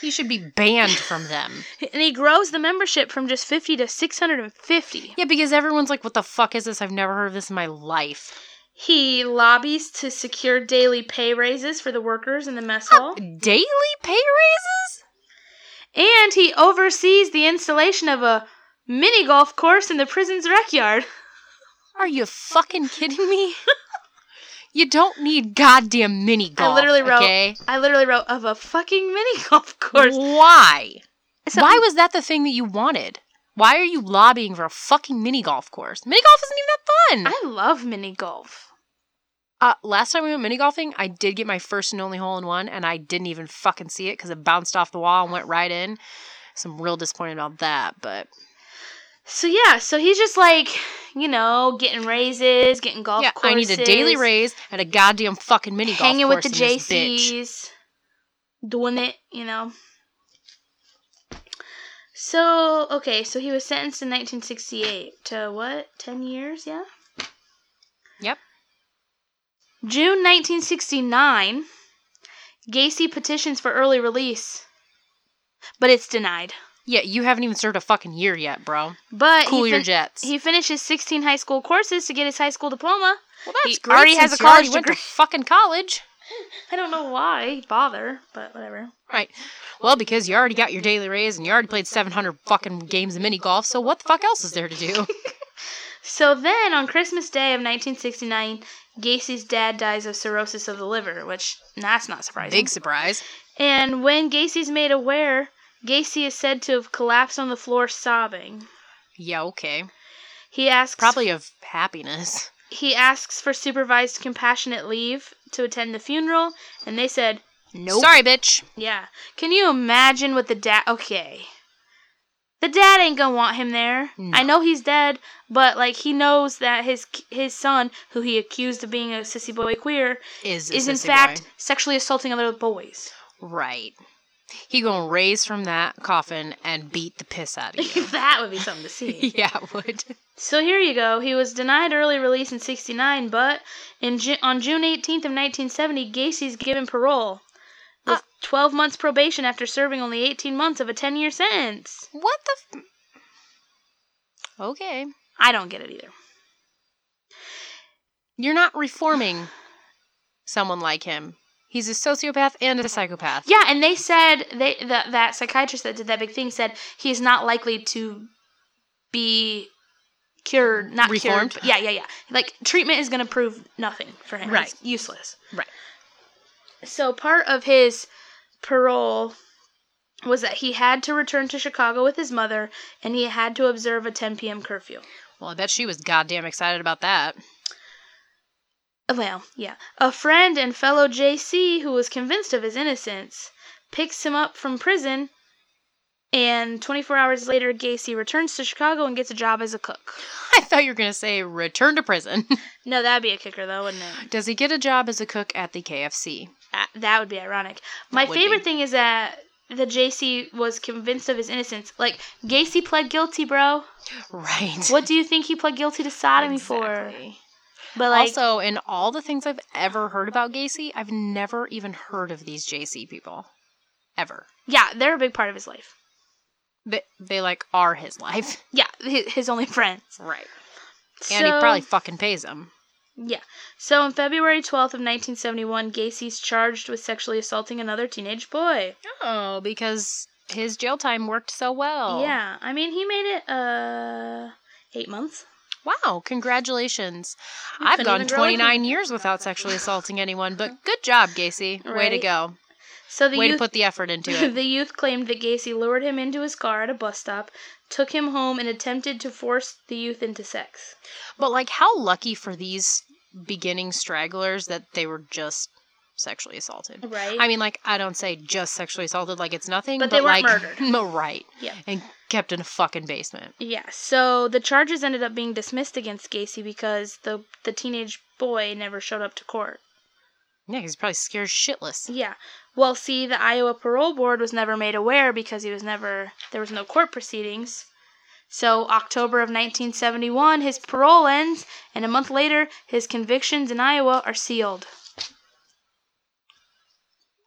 Speaker 1: he should be banned from them.
Speaker 2: And he grows the membership from just 50 to 650.
Speaker 1: Yeah, because everyone's like, what the fuck is this? I've never heard of this in my life.
Speaker 2: He lobbies to secure daily pay raises for the workers in the mess hall,
Speaker 1: Daily pay raises?
Speaker 2: and he oversees the installation of a mini golf course in the prison's rec yard.
Speaker 1: Are you fucking kidding me? you don't need goddamn mini golf.
Speaker 2: literally wrote-
Speaker 1: okay?
Speaker 2: I literally wrote of a fucking mini golf course. "Mm."
Speaker 1: Why?
Speaker 2: So-
Speaker 1: Why was that the thing that you wanted? Why are you lobbying for a fucking mini golf course? Mini golf isn't even that fun.
Speaker 2: I love mini golf.
Speaker 1: Uh, last time we went mini golfing, I did get my first and only hole in one, and I didn't even fucking see it because it bounced off the wall and went right in. So I'm real disappointed about that, but
Speaker 2: So yeah, so he's just like, you know, getting raises, getting golf
Speaker 1: yeah, I
Speaker 2: courses.
Speaker 1: need a daily raise and a goddamn fucking mini golf
Speaker 2: hanging with
Speaker 1: course
Speaker 2: the
Speaker 1: in this bitch.
Speaker 2: JCs, doing it, you know. So okay, so he was sentenced in 1968 to what? Ten years? Yeah.
Speaker 1: Yep.
Speaker 2: June 1969, Gacy petitions for early release, but it's denied.
Speaker 1: Yeah, you haven't even served a fucking year yet, bro.
Speaker 2: But
Speaker 1: Cool
Speaker 2: Uh, he,
Speaker 1: your
Speaker 2: fin-
Speaker 1: jets.
Speaker 2: he finishes 16 high school courses to get his high school diploma.
Speaker 1: well,
Speaker 2: he already has
Speaker 1: since
Speaker 2: a
Speaker 1: you already
Speaker 2: college
Speaker 1: went to
Speaker 2: degree.
Speaker 1: fucking college.
Speaker 2: I don't know why bother, but whatever.
Speaker 1: Right. Well, because you already got your daily raise and you already played 700 fucking games of mini golf, so what the fuck else is there to do?
Speaker 2: So then, on Christmas Day of 1969, Gacy's dad dies of cirrhosis of the liver, which that's not surprising.
Speaker 1: Big surprise.
Speaker 2: and when Gacy's made aware, Gacy is said to have collapsed on the floor sobbing.
Speaker 1: Yeah, okay.
Speaker 2: He asks
Speaker 1: Probably of happiness.
Speaker 2: he asks for supervised compassionate leave to attend the funeral, and they said,
Speaker 1: Nope. Sorry, bitch.
Speaker 2: "Yeah, can you imagine what the dad? Okay, the dad ain't gonna want him there.
Speaker 1: No.
Speaker 2: I know he's dead, but like he knows that his his son, who he accused of being a sissy boy queer,
Speaker 1: Is a
Speaker 2: is in
Speaker 1: sissy
Speaker 2: fact
Speaker 1: boy.
Speaker 2: sexually assaulting other boys.
Speaker 1: right. He gonna raise from that coffin and beat the piss out of you.
Speaker 2: that would be something to see.
Speaker 1: yeah, it would.
Speaker 2: so here you go. He was denied early release in 69, but in Ju- on June 18th of 1970, Gacy's given parole. with 12 months probation after serving only 18 months of a 10 year sentence.
Speaker 1: What the? F- okay,
Speaker 2: I don't get it either.
Speaker 1: you're not reforming someone like him. He's a sociopath and a psychopath.
Speaker 2: Yeah, and they said they that that psychiatrist that did that big thing said he's not likely to be cured, not
Speaker 1: Reformed?
Speaker 2: cured. but- Yeah, yeah, yeah. Like treatment is going to prove nothing for him.
Speaker 1: Right.
Speaker 2: It's useless.
Speaker 1: Right.
Speaker 2: So part of his parole was that he had to return to Chicago with his mother and he had to observe a 10 p.m. curfew.
Speaker 1: Well, I bet she was goddamn excited about that.
Speaker 2: Well, yeah. A friend and fellow JC who was convinced of his innocence picks him up from prison, and 24 hours later, Gacy returns to Chicago and gets a job as a cook.
Speaker 1: I thought you were gonna say return to prison.
Speaker 2: No, that'd be a kicker, though, wouldn't it?
Speaker 1: Does he get a job as a cook at the KFC?
Speaker 2: Uh, that would be ironic. My
Speaker 1: would be.
Speaker 2: favorite thing is that the JC was convinced of his innocence. Like, Gacy pled guilty, bro.
Speaker 1: Right.
Speaker 2: What do you think he pled guilty to sodomy
Speaker 1: Exactly.
Speaker 2: for? But, like,
Speaker 1: also, in all the things I've ever heard about Gacy, I've never even heard of these JC people, ever.
Speaker 2: yeah, they're a big part of his life.
Speaker 1: They, they like are his life,
Speaker 2: Yeah, hi- his only friends.
Speaker 1: right? And he
Speaker 2: So-
Speaker 1: probably fucking pays them.
Speaker 2: Yeah. So on February 12th of 1971, Gacy's charged with sexually assaulting another teenage boy.
Speaker 1: Oh, because his jail time worked so well.
Speaker 2: Yeah. I mean, he made it uh 8 months.
Speaker 1: Wow, congratulations.
Speaker 2: You
Speaker 1: I've
Speaker 2: couldn't
Speaker 1: gone
Speaker 2: even grow anything.
Speaker 1: 29 years without sexually assaulting anyone, but good job, Gacy. Way to
Speaker 2: Right.
Speaker 1: go.
Speaker 2: So the
Speaker 1: Way to
Speaker 2: youth
Speaker 1: put the effort into it.
Speaker 2: the youth claimed that Gacy lured him into his car at a bus stop, took him home and attempted to force the youth into sex.
Speaker 1: But like, how lucky for these beginning stragglers that they were just sexually assaulted.
Speaker 2: Right?
Speaker 1: I mean, like, I don't say just sexually assaulted like it's nothing,
Speaker 2: But
Speaker 1: but,
Speaker 2: they weren't
Speaker 1: like,
Speaker 2: murdered.
Speaker 1: no, right?
Speaker 2: Yeah.
Speaker 1: and kept in a fucking basement.
Speaker 2: yeah. So the charges ended up being dismissed against Gacy because the the teenage boy never showed up to court.
Speaker 1: Yeah, he's probably scared shitless.
Speaker 2: Yeah. Well, see, the Iowa Parole Board was never made aware because he was never there was no court proceedings. So, October of 1971, his parole ends, and a month later, his convictions in Iowa are sealed.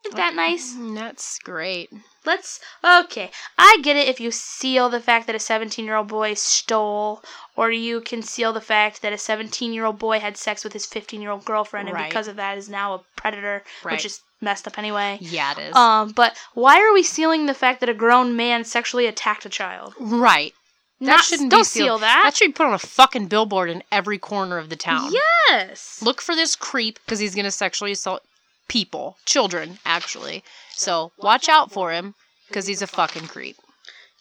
Speaker 2: Isn't that nice?
Speaker 1: Mm, That's great.
Speaker 2: Let's. Okay, I get it if you seal the fact that a 17 year old boy stole, or you conceal the fact that a 17 year old boy had sex with his 15 year old girlfriend, and
Speaker 1: Right.
Speaker 2: because of that is now a predator,
Speaker 1: Right.
Speaker 2: which is messed up anyway.
Speaker 1: Yeah, it is.
Speaker 2: Um, but why are we sealing the fact that a grown man sexually attacked a child?
Speaker 1: right. That
Speaker 2: Not-
Speaker 1: shouldn't
Speaker 2: don't
Speaker 1: be sealed.
Speaker 2: seal that.
Speaker 1: That should be put on a fucking billboard in every corner of the town.
Speaker 2: Yes.
Speaker 1: Look for this creep because he's going to sexually assault people, children, actually. So watch out for him because he's a fucking creep.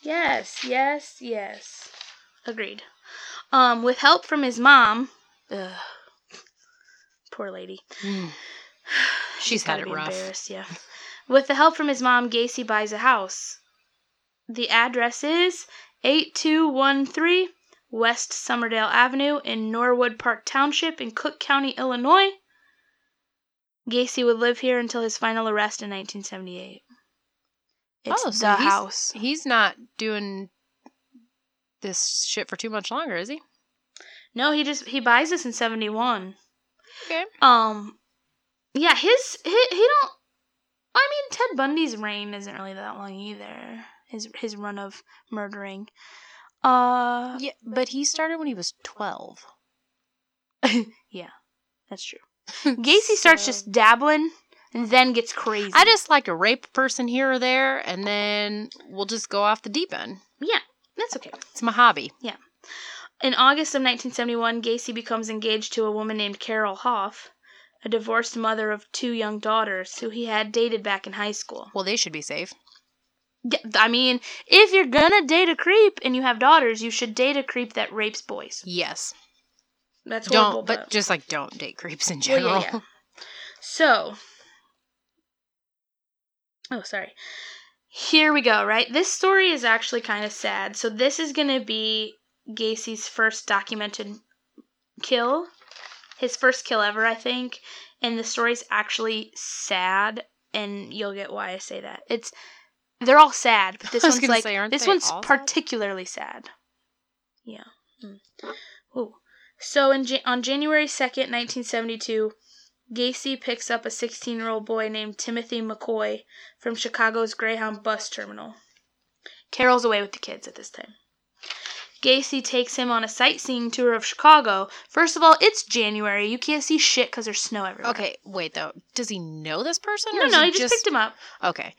Speaker 2: Yes. Yes. Yes. Agreed. Um, with help from his mom. Ugh. Poor lady.
Speaker 1: Mm. She's had
Speaker 2: gotta
Speaker 1: it
Speaker 2: be
Speaker 1: rough.
Speaker 2: embarrassed, Yeah. With the help from his mom, Gacy buys a house. The address is 8213 West Summerdale Avenue in Norwood Park Township in Cook County, Illinois. Gacy would live here until his final arrest in 1978. It's
Speaker 1: Oh, so
Speaker 2: the
Speaker 1: he's-
Speaker 2: house.
Speaker 1: He's not doing this shit for too much longer, is he?
Speaker 2: No, he just he buys this in 71.
Speaker 1: Okay.
Speaker 2: Um yeah, his he, he don't I mean Ted Bundy's reign isn't really that long either. His his run of murdering. Uh
Speaker 1: Yeah, but he started when he was 12.
Speaker 2: that's true. Gacy starts
Speaker 1: So-
Speaker 2: just dabbling and then gets crazy.
Speaker 1: I just like to rape a person here or there, and then we'll just go off the deep end.
Speaker 2: that's okay.
Speaker 1: It's my hobby.
Speaker 2: In August of 1971, Gacy becomes engaged to a woman named Carol Hoff, a divorced mother of two young daughters who he had dated back in high school.
Speaker 1: Well, they should be safe.
Speaker 2: Yeah, I mean, if you're gonna date a creep and you have daughters, you should date a creep that rapes boys.
Speaker 1: Yes.
Speaker 2: That's
Speaker 1: Don't, but just like don't date creeps in
Speaker 2: Well,
Speaker 1: general.
Speaker 2: yeah, yeah. so, oh, sorry. Here we go. Right, this story is actually kind of sad. So this is gonna be Gacy's first documented kill, his first kill ever, I think. And the story's actually sad, and you'll get why I say that. It's they're all sad, but this
Speaker 1: I was
Speaker 2: one's
Speaker 1: gonna
Speaker 2: like
Speaker 1: say, aren't
Speaker 2: this
Speaker 1: they
Speaker 2: one's
Speaker 1: all sad?
Speaker 2: particularly sad. Yeah. Hmm. Mm. Ooh. So in Ja- on January second, nineteen seventy two, Gacy picks up a 16 year old boy named Timothy McCoy from Chicago's Greyhound bus terminal. Carol's away with the kids at this time. Gacy takes him on a sightseeing tour of Chicago. First of all, it's January. You can't see shit because there's snow everywhere.
Speaker 1: Okay, wait though. Does he know this person?
Speaker 2: No,
Speaker 1: is
Speaker 2: no, he just picked him up.
Speaker 1: Okay.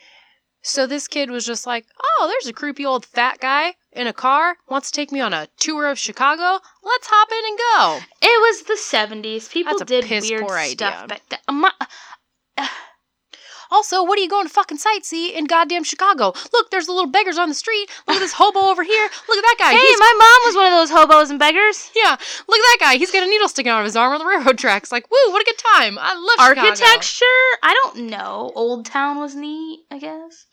Speaker 1: So this kid was just like, oh, there's a creepy old fat guy in a car, wants to take me on a tour of Chicago. Let's hop in and go.
Speaker 2: It was the 70s. People
Speaker 1: That's a
Speaker 2: did
Speaker 1: piss
Speaker 2: weird
Speaker 1: poor
Speaker 2: stuff
Speaker 1: idea.
Speaker 2: back then. Uh, my-
Speaker 1: Also, what are you going to fucking sightsee in goddamn Chicago? Look, there's the little beggars on the street. Look at this hobo over here. Look at that guy.
Speaker 2: hey,
Speaker 1: He's-
Speaker 2: my mom was one of those hobos and beggars.
Speaker 1: yeah, look at that guy. He's got a needle sticking out of his arm on the railroad tracks. Like, woo, what a good time. I love Chicago.
Speaker 2: Architecture? I don't know. Old Town was neat, I guess.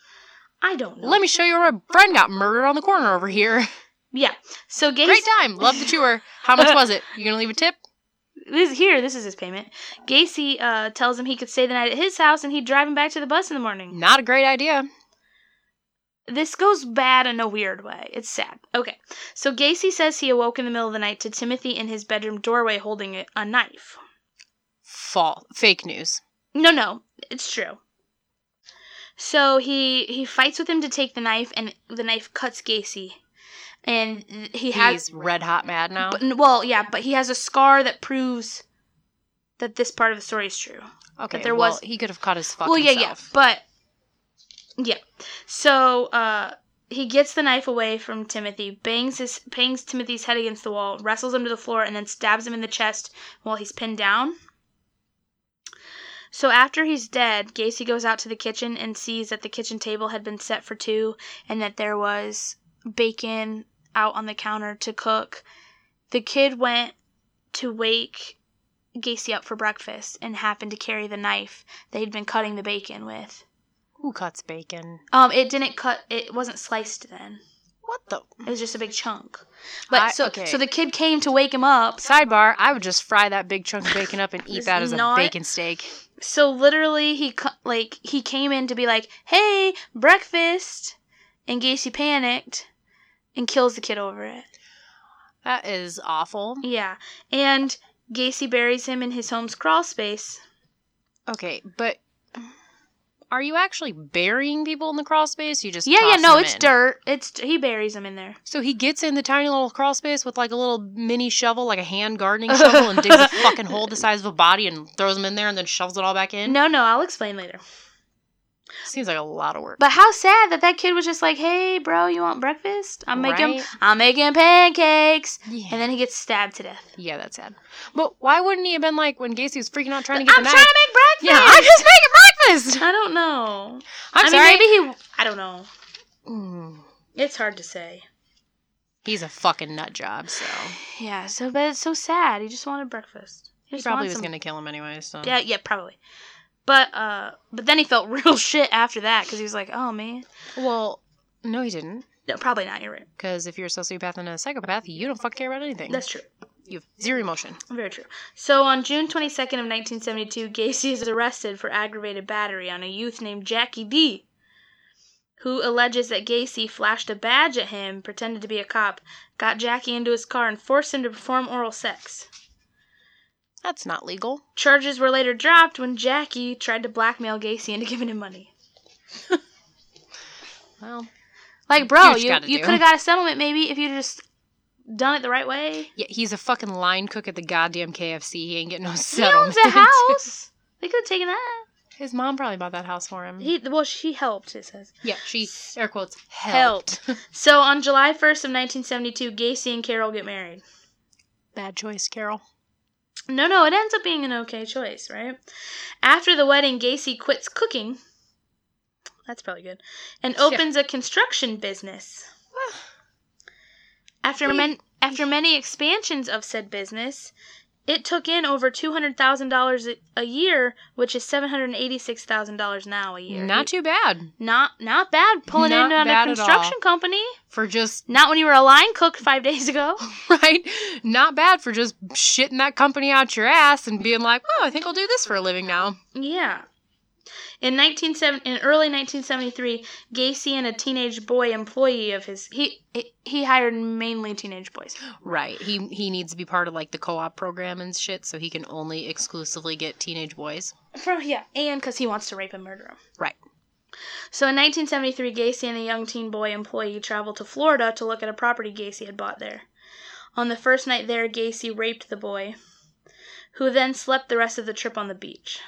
Speaker 2: I don't know.
Speaker 1: Let me show you where my friend got murdered on the corner over here.
Speaker 2: yeah. So Gacy.
Speaker 1: Great time. Love the tour. How much was it? You gonna leave a tip?
Speaker 2: This here. This is his payment. Gacy uh, tells him he could stay the night at his house, and he'd drive him back to the bus in the morning.
Speaker 1: Not a great idea.
Speaker 2: This goes bad in a weird way. It's sad. Okay. So Gacy says he awoke in the middle of the night to Timothy in his bedroom doorway holding a- a knife.
Speaker 1: Fall. Fake news.
Speaker 2: No, no, it's true. So he he fights with him to take the knife, and the knife cuts Gacy, and th- he has
Speaker 1: He's red hot mad now.
Speaker 2: but, well, yeah, but he has a scar that proves that this part of the story is true.
Speaker 1: okay,
Speaker 2: there
Speaker 1: well,
Speaker 2: was-
Speaker 1: he could have caught his fuck.
Speaker 2: well, yeah,
Speaker 1: himself.
Speaker 2: yeah, but yeah. So uh, he gets the knife away from Timothy, bangs his bangs Timothy's head against the wall, wrestles him to the floor, and then stabs him in the chest while he's pinned down. So after he's dead, Gacy goes out to the kitchen and sees that the kitchen table had been set for two, and that there was bacon out on the counter to cook. The kid went to wake Gacy up for breakfast and happened to carry the knife they'd been cutting the bacon with.
Speaker 1: Who cuts bacon?
Speaker 2: Um, it didn't cut. It wasn't sliced then.
Speaker 1: What the?
Speaker 2: It was just a big chunk. But
Speaker 1: I-
Speaker 2: so
Speaker 1: okay.
Speaker 2: so the kid came to wake him up.
Speaker 1: Sidebar: I would just fry that big chunk of bacon up and eat
Speaker 2: It's
Speaker 1: that as
Speaker 2: not-
Speaker 1: a bacon steak.
Speaker 2: So literally, he cu- like he came in to be like, "Hey, breakfast," and Gacy panicked and kills the kid over it.
Speaker 1: That is awful.
Speaker 2: Yeah, and Gacy buries him in his home's crawl space.
Speaker 1: Okay, but are you actually burying people in the crawl space? You just
Speaker 2: yeah, yeah,
Speaker 1: toss
Speaker 2: no,
Speaker 1: them
Speaker 2: it's
Speaker 1: in?
Speaker 2: dirt. It's he buries him in there.
Speaker 1: So he gets in the tiny little crawl space with like a little mini shovel, like a hand gardening shovel, and digs a fucking hole the size of a body and throws them in there and then shoves it all back in.
Speaker 2: No, no, I'll explain later.
Speaker 1: Seems like a lot of work.
Speaker 2: But how sad that that kid was just like, "Hey, bro, you want breakfast? I'm making
Speaker 1: Right?
Speaker 2: I'm making pancakes."
Speaker 1: yeah.
Speaker 2: And then he gets stabbed to death.
Speaker 1: yeah, that's sad. But why wouldn't he have been like when Gacy was freaking out trying to
Speaker 2: I'm
Speaker 1: get
Speaker 2: trying to
Speaker 1: the knife?
Speaker 2: make breakfast.
Speaker 1: yeah, I'm just making breakfast.
Speaker 2: I don't know.
Speaker 1: I'm
Speaker 2: I mean,
Speaker 1: sorry.
Speaker 2: maybe he. I don't know.
Speaker 1: Mm,
Speaker 2: It's hard to say.
Speaker 1: He's a fucking nut job. So
Speaker 2: Yeah. So, but it's so sad. He just wanted breakfast. He,
Speaker 1: he
Speaker 2: just
Speaker 1: probably
Speaker 2: wanted
Speaker 1: was
Speaker 2: some-
Speaker 1: gonna kill him anyway. So
Speaker 2: Yeah, yeah, probably. But uh, but then he felt real shit after that because he was like, "Oh man,
Speaker 1: Well, no, he didn't.
Speaker 2: no, probably not. You're right.
Speaker 1: Because if you're a sociopath and a psychopath, you don't fucking care about anything.
Speaker 2: That's true.
Speaker 1: you have zero emotion.
Speaker 2: Very true. So on June 22nd of 1972, Gacy is arrested for aggravated battery on a youth named Jackie D, who alleges that Gacy flashed a badge at him, pretended to be a cop, got Jackie into his car, and forced him to perform oral sex.
Speaker 1: That's not legal.
Speaker 2: Charges were later dropped when Jackie tried to blackmail Gacy into giving him money.
Speaker 1: Well,
Speaker 2: Like, bro,
Speaker 1: what you
Speaker 2: you,
Speaker 1: gotta
Speaker 2: you
Speaker 1: do.
Speaker 2: could have got a settlement maybe if you'd just done it the right way.
Speaker 1: yeah, he's a fucking line cook at the goddamn KFC. He ain't getting no
Speaker 2: He owns
Speaker 1: settlement.
Speaker 2: a house. They could have taken that.
Speaker 1: His mom probably bought that house for him.
Speaker 2: He well, she helped. It says.
Speaker 1: yeah, she air quotes helped.
Speaker 2: So on July 1st of 1972, Gacy and Carol get married.
Speaker 1: Bad choice, Carol.
Speaker 2: No, no, it ends up being an okay choice, right? After the wedding, Gacy quits cooking. That's probably good. And
Speaker 1: Yeah.
Speaker 2: opens a construction business. After men, after many expansions of said business, it took in over $200,000 a- a year, which is $786,000 now a year.
Speaker 1: Not too bad
Speaker 2: not not bad pulling
Speaker 1: Not
Speaker 2: in on
Speaker 1: bad
Speaker 2: a
Speaker 1: at all.
Speaker 2: construction company.
Speaker 1: for just
Speaker 2: Not when you were a line cook 5 days ago.
Speaker 1: right. Not bad for just shitting that company out your ass and being like, "Oh, I think I'll do this for a living now."
Speaker 2: Yeah. In 1970, in early 1973, Gacy and a teenage boy employee of his he he- he hired mainly teenage boys.
Speaker 1: Right. He he needs to be part of like the co-op program and shit, so he can only exclusively get teenage boys.
Speaker 2: From yeah, and because he wants to rape and murder him.
Speaker 1: Right.
Speaker 2: So in 1973, Gacy and a young teen boy employee traveled to Florida to look at a property Gacy had bought there. On the first night there, Gacy raped the boy, who then slept the rest of the trip on the beach.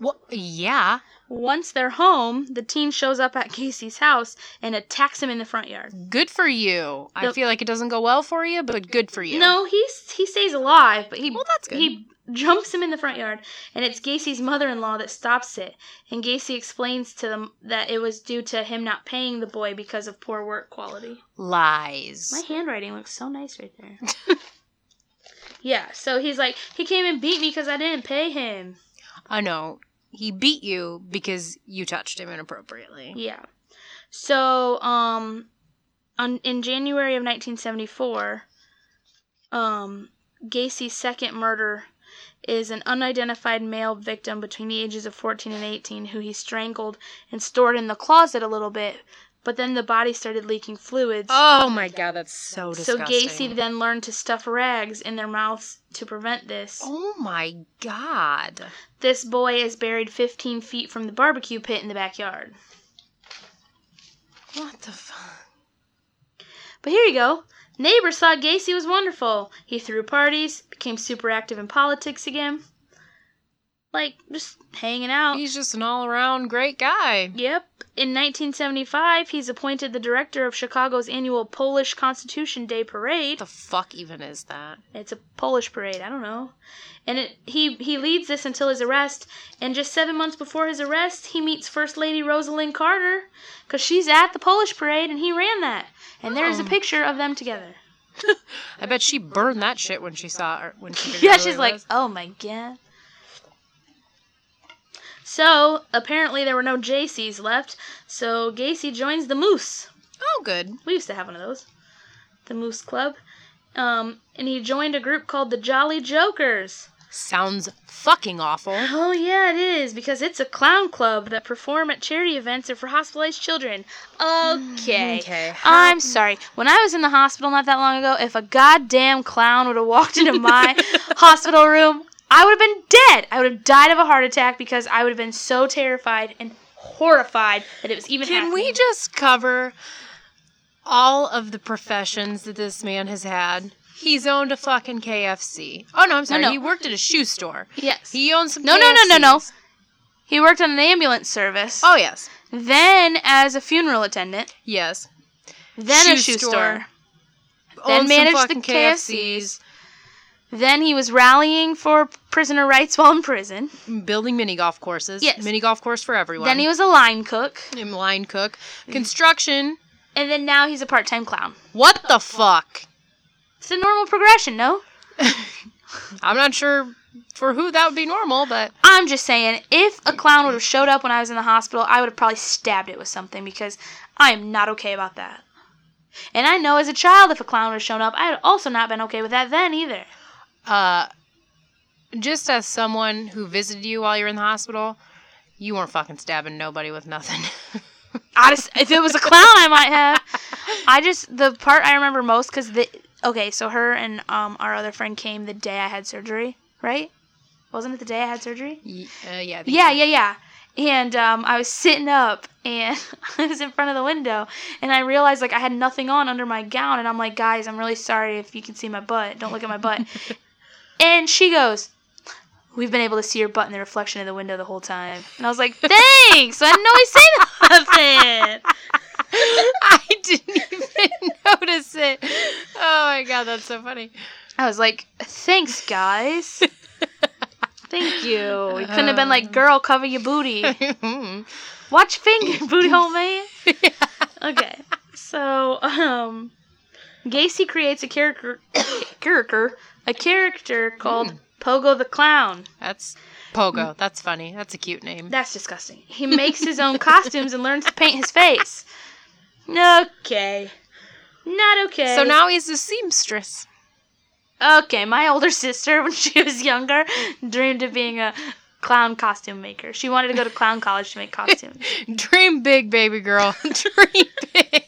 Speaker 1: Well, yeah.
Speaker 2: Once they're home, the teen shows up at Gacy's house and attacks him in the front yard.
Speaker 1: Good for you. I
Speaker 2: The-
Speaker 1: feel like it doesn't go well for you, but good for you.
Speaker 2: No, he's he stays alive, but he
Speaker 1: Well, that's good.
Speaker 2: he jumps him in the front yard, and it's Gacy's mother-in-law that stops it. And Gacy explains to them that it was due to him not paying the boy because of poor work quality.
Speaker 1: Lies.
Speaker 2: My handwriting looks so nice right there. yeah, so he's like, he came and beat me because I didn't pay him.
Speaker 1: I know. He beat you because you touched him inappropriately.
Speaker 2: Yeah. So, um, on, in January of 1974, um, Gacy's second murder is an unidentified male victim between the ages of 14 and 18 who he strangled and stored in the closet a little bit, but then the body started leaking fluids.
Speaker 1: Oh my god, that's so
Speaker 2: so
Speaker 1: disgusting.
Speaker 2: Gacy then learned to stuff rags in their mouths to prevent this.
Speaker 1: Oh my god.
Speaker 2: This boy is buried 15 feet from the barbecue pit in the backyard.
Speaker 1: What the fuck?
Speaker 2: But here you go. Neighbors thought Gacy was wonderful. He threw parties, became super active in politics again. Like, just hanging out.
Speaker 1: He's just an all around great guy.
Speaker 2: yep. In 1975, he's appointed the director of Chicago's annual Polish Constitution Day Parade.
Speaker 1: What the fuck even is that?
Speaker 2: It's a Polish parade, I don't know. And it, he, he leads this until his arrest. And just seven months before his arrest, he meets First Lady Rosalind Carter because she's at the Polish parade and he ran that. And there's a
Speaker 1: Oh.
Speaker 2: picture of them together.
Speaker 1: I bet she burned that shit when she saw her. When she figured
Speaker 2: yeah,
Speaker 1: out who
Speaker 2: she's
Speaker 1: he
Speaker 2: like,
Speaker 1: was.
Speaker 2: oh my god. So apparently there were no JCs left, so Gacy joins the Moose.
Speaker 1: oh, good.
Speaker 2: We used to have one of those, the Moose Club, um, and he joined a group called the Jolly Jokers.
Speaker 1: Sounds fucking awful.
Speaker 2: Oh yeah, it is because it's a clown club that perform at charity events or for hospitalized children. Okay.
Speaker 1: Okay.
Speaker 2: I'm sorry. When I was in the hospital not that long ago, if a goddamn clown would have walked into my hospital room, I would have been dead. I would have died of a heart attack because I would have been so terrified and horrified that it was even
Speaker 1: Can we
Speaker 2: happening.
Speaker 1: just cover all of the professions that this man has had? He's owned a fucking KFC. Oh no, I'm sorry.
Speaker 2: no.
Speaker 1: He worked at a shoe store.
Speaker 2: Yes. He,
Speaker 1: He owns some.
Speaker 2: No, no, no, no, no.
Speaker 1: KFCs.
Speaker 2: worked on an ambulance service.
Speaker 1: Oh yes,
Speaker 2: Then as a funeral attendant.
Speaker 1: yes.
Speaker 2: Then a
Speaker 1: Shoe
Speaker 2: shoe
Speaker 1: store.
Speaker 2: store.
Speaker 1: Owned some
Speaker 2: managed the
Speaker 1: fucking
Speaker 2: KFCs. Then he was rallying for prisoner rights while in prison.
Speaker 1: KFCs, building mini golf courses.
Speaker 2: Yes.
Speaker 1: mini golf course for everyone.
Speaker 2: Then he Mm. was a line cook.
Speaker 1: was line cook, construction.
Speaker 2: And then now he's a part time clown.
Speaker 1: What the fuck?
Speaker 2: It's a normal progression, no?
Speaker 1: I'm not sure for who that would be normal, but
Speaker 2: I'm just saying, if a clown would have showed up when I was in the hospital, I would have probably stabbed it with something because I am not okay about that. And I know as a child, if a clown would have shown up, I would also not been okay with that then either.
Speaker 1: uh, just as someone who visited you while you're in the hospital, you weren't fucking stabbing nobody with nothing.
Speaker 2: I just, if it was a clown, I might have. I just the part I remember most because the okay, so her and um our other friend came the day I had surgery, right? Wasn't it the day I had surgery?
Speaker 1: Y- uh, yeah. I think
Speaker 2: Yeah,
Speaker 1: so.
Speaker 2: yeah, yeah. And um, I was sitting up and I was in front of the window and I realized like I had nothing on under my gown and I'm like, guys, I'm really sorry if you can see my butt. Don't look at my butt. and she goes, We've been able to see your butt in the reflection of the window the whole time. And I was like, Thanks. I didn't always say nothing.
Speaker 1: I didn't even notice it. Oh my god, that's so funny.
Speaker 2: I was like, Thanks, guys. Thank you. You couldn't have been like, girl, cover your booty. Watch finger, booty hole man. Okay. So, um, Gacy creates a character, character, a character called
Speaker 1: Hmm.
Speaker 2: Pogo the Clown.
Speaker 1: that's Pogo. That's funny. That's a cute name.
Speaker 2: That's disgusting. He makes his own costumes and learns to paint his face. Okay. Not okay.
Speaker 1: So now he's a seamstress.
Speaker 2: okay. My older sister, when she was younger, dreamed of being a clown costume maker. She wanted to go to clown college to make costumes.
Speaker 1: Dream big, baby girl. Dream big.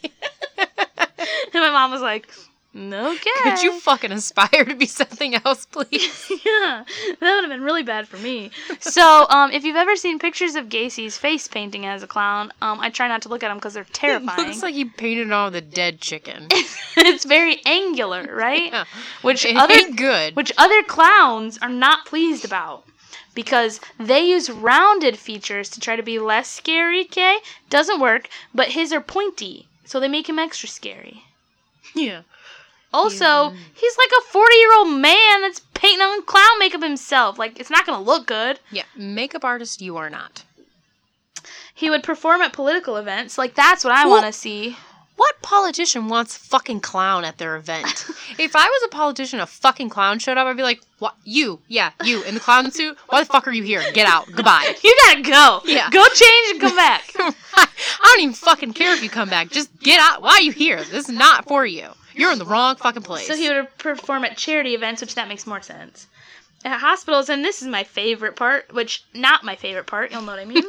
Speaker 2: and my mom was like, okay.
Speaker 1: Could you fucking aspire to be something else, please?
Speaker 2: yeah, that would have been really bad for me. So, um, if you've ever seen pictures of Gacy's face painting as a clown, um, I try not to look at them because they're terrifying.
Speaker 1: Looks like he painted on the dead chicken.
Speaker 2: it's very angular, right?
Speaker 1: Yeah.
Speaker 2: Which
Speaker 1: It
Speaker 2: other
Speaker 1: ain't good.
Speaker 2: which other clowns are not pleased about because they use rounded features to try to be less scary. Kay doesn't work, but his are pointy, so they make him extra scary.
Speaker 1: yeah.
Speaker 2: Also, he's like a 40 year old man that's painting on clown makeup himself. Like, it's not gonna look good.
Speaker 1: Yeah. Makeup artist, you are not.
Speaker 2: He would perform at political events. Like, that's what I
Speaker 1: Well-
Speaker 2: wanna see.
Speaker 1: What politician wants fucking clown at their event? if I was a politician, a fucking clown showed up, I'd be like, "What? You? Yeah, you in the clown suit? Why the fuck are you here? Get out. Goodbye."
Speaker 2: You gotta go.
Speaker 1: Yeah.
Speaker 2: Go change and come back.
Speaker 1: I don't even fucking care if you come back. Just get out. Why are you here? This is not for you. You're in the wrong fucking place.
Speaker 2: So he would perform at charity events, which that makes more sense. At hospitals, and this is my favorite part, which not my favorite part, you'll know what I mean.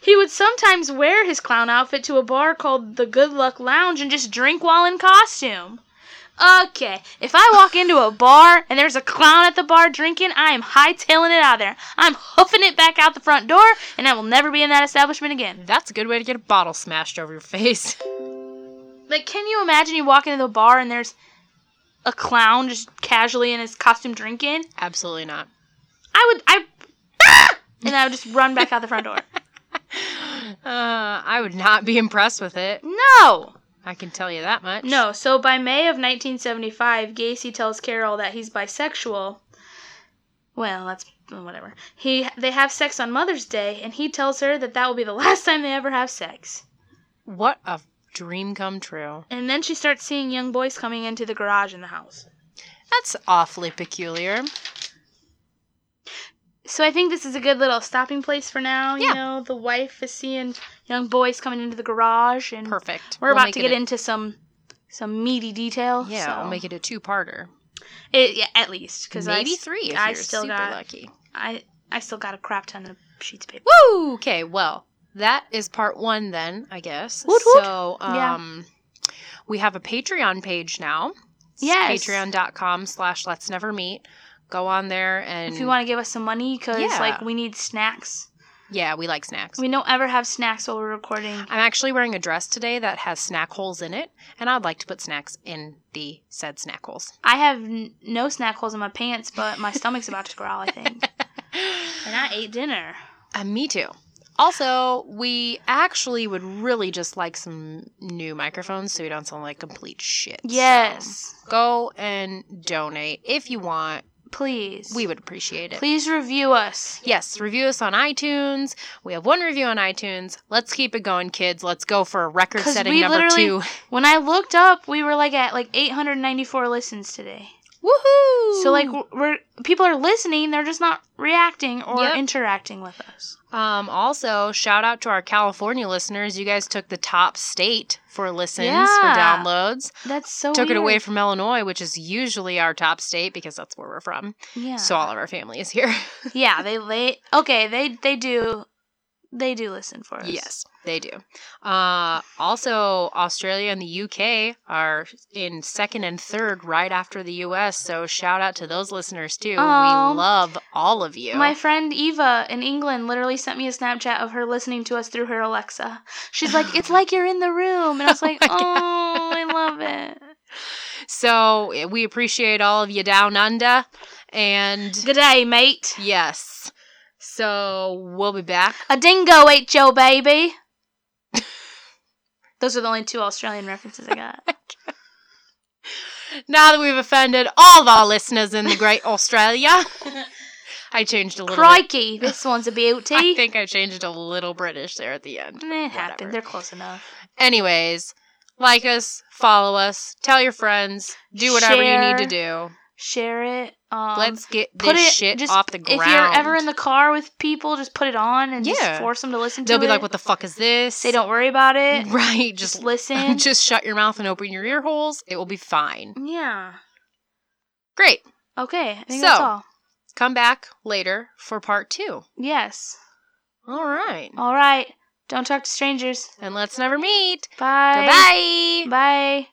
Speaker 2: he would sometimes wear his clown outfit to a bar called the Good Luck Lounge and just drink while in costume. Okay, if I walk into a bar and there's a clown at the bar drinking, I am hightailing it out of there. I'm hoofing it back out the front door, and I will never be in that establishment again.
Speaker 1: That's a good way to get a bottle smashed over your face.
Speaker 2: Like, can you imagine you walk into the bar and there's a clown just casually in his costume drinking?
Speaker 1: Absolutely not.
Speaker 2: I would I ah! and I would just run back out the front door.
Speaker 1: Uh, I would not be impressed with it.
Speaker 2: No.
Speaker 1: I can tell you that much.
Speaker 2: No, so by May of 1975, Gacy tells Carol that he's bisexual. Well, that's whatever. He they have sex on Mother's Day and he tells her that that will be the last time they ever have sex.
Speaker 1: What a dream come true.
Speaker 2: And then she starts seeing young boys coming into the garage in the house.
Speaker 1: That's awfully peculiar.
Speaker 2: So I think this is a good little stopping place for now.
Speaker 1: Yeah.
Speaker 2: You know, the wife is seeing young boys coming into the garage and
Speaker 1: Perfect.
Speaker 2: we're
Speaker 1: We'll
Speaker 2: about
Speaker 1: make
Speaker 2: to
Speaker 1: it
Speaker 2: get
Speaker 1: a-
Speaker 2: into some some meaty detail.
Speaker 1: Yeah,
Speaker 2: so.
Speaker 1: I'll make it a two-parter.
Speaker 2: It, yeah, at least because I
Speaker 1: Maybe
Speaker 2: s-
Speaker 1: three if
Speaker 2: I
Speaker 1: you're
Speaker 2: still
Speaker 1: super
Speaker 2: got
Speaker 1: lucky.
Speaker 2: I I still got a crap ton of sheets of paper.
Speaker 1: Woo! Okay, well, that is part one then, I guess.
Speaker 2: Woot woot.
Speaker 1: So,
Speaker 2: Yeah.
Speaker 1: um, we have a Patreon page now. It's
Speaker 2: Yes.
Speaker 1: Patreon.com slash Let's Never Meet. Go on there and
Speaker 2: If you want to give us some money, because
Speaker 1: Yeah.
Speaker 2: like we need snacks.
Speaker 1: yeah, we like snacks.
Speaker 2: We don't ever have snacks while we're recording.
Speaker 1: I'm actually wearing a dress today that has snack holes in it, and I'd like to put snacks in the said snack holes.
Speaker 2: I have n- no snack holes in my pants, but my stomach's about to growl. I think, and I ate dinner.
Speaker 1: Uh, me too. Also, we actually would really just like some new microphones so we don't sound like complete shit. So
Speaker 2: Yes,
Speaker 1: go and donate if you want.
Speaker 2: please.
Speaker 1: We would appreciate it.
Speaker 2: please review us.
Speaker 1: Yes, review us on iTunes. We have one review on iTunes. Let's keep it going, kids. Let's go for a record
Speaker 2: Because
Speaker 1: setting
Speaker 2: we
Speaker 1: number two.
Speaker 2: literally- When I looked up, we were like at like 894 listens today.
Speaker 1: Woohoo!
Speaker 2: So like we're- we're people are listening, they're just not reacting or
Speaker 1: Yep.
Speaker 2: interacting with us.
Speaker 1: Um, also, shout out to our California listeners. You guys took the top state for listens,
Speaker 2: Yeah.
Speaker 1: for downloads.
Speaker 2: That's so
Speaker 1: took it
Speaker 2: weird.
Speaker 1: away from Illinois, which is usually our top state because that's where we're from.
Speaker 2: yeah.
Speaker 1: So all of our family is here.
Speaker 2: yeah, they they okay, they they do they do listen for us.
Speaker 1: yes, they do. Uh, also, Australia and the UK are in second and third, right after the US. So shout out to those listeners too.
Speaker 2: Aw.
Speaker 1: We love all of you.
Speaker 2: My friend Eva in England literally sent me a Snapchat of her listening to us through her Alexa. She's like, "It's like you're in the room," and I was like,
Speaker 1: my
Speaker 2: "Oh,
Speaker 1: God.
Speaker 2: I love it."
Speaker 1: so eh, we appreciate all of you down under, and
Speaker 2: Good day, mate.
Speaker 1: yes. So we'll be back.
Speaker 2: A dingo ate your baby. Those are the only two Australian references I got.
Speaker 1: Now that we've offended all of our listeners in the great Australia, I changed a little. bit.
Speaker 2: Crikey, this one's a beauty.
Speaker 1: I think I changed a little British there at the end.
Speaker 2: it
Speaker 1: whatever.
Speaker 2: happened. They're close enough.
Speaker 1: Anyways, like us, follow us, tell your friends, do whatever you need to do.
Speaker 2: Share it. Um,
Speaker 1: Let's get this
Speaker 2: put it-
Speaker 1: shit
Speaker 2: just
Speaker 1: off the ground.
Speaker 2: If you're ever in the car with people, just put it on and
Speaker 1: Yeah.
Speaker 2: just force them to listen to
Speaker 1: they'll
Speaker 2: it.
Speaker 1: be like, "What the fuck is this?"
Speaker 2: Say, don't worry about it.
Speaker 1: right.
Speaker 2: Just,
Speaker 1: Just
Speaker 2: listen.
Speaker 1: just shut your mouth and open your ear holes. It will be fine.
Speaker 2: yeah.
Speaker 1: Great.
Speaker 2: Okay. I think
Speaker 1: So,
Speaker 2: that's all.
Speaker 1: Come back later for part two.
Speaker 2: Yes.
Speaker 1: All right.
Speaker 2: All right. Don't talk to strangers.
Speaker 1: And let's never meet.
Speaker 2: Bye.
Speaker 1: Goodbye.
Speaker 2: Bye.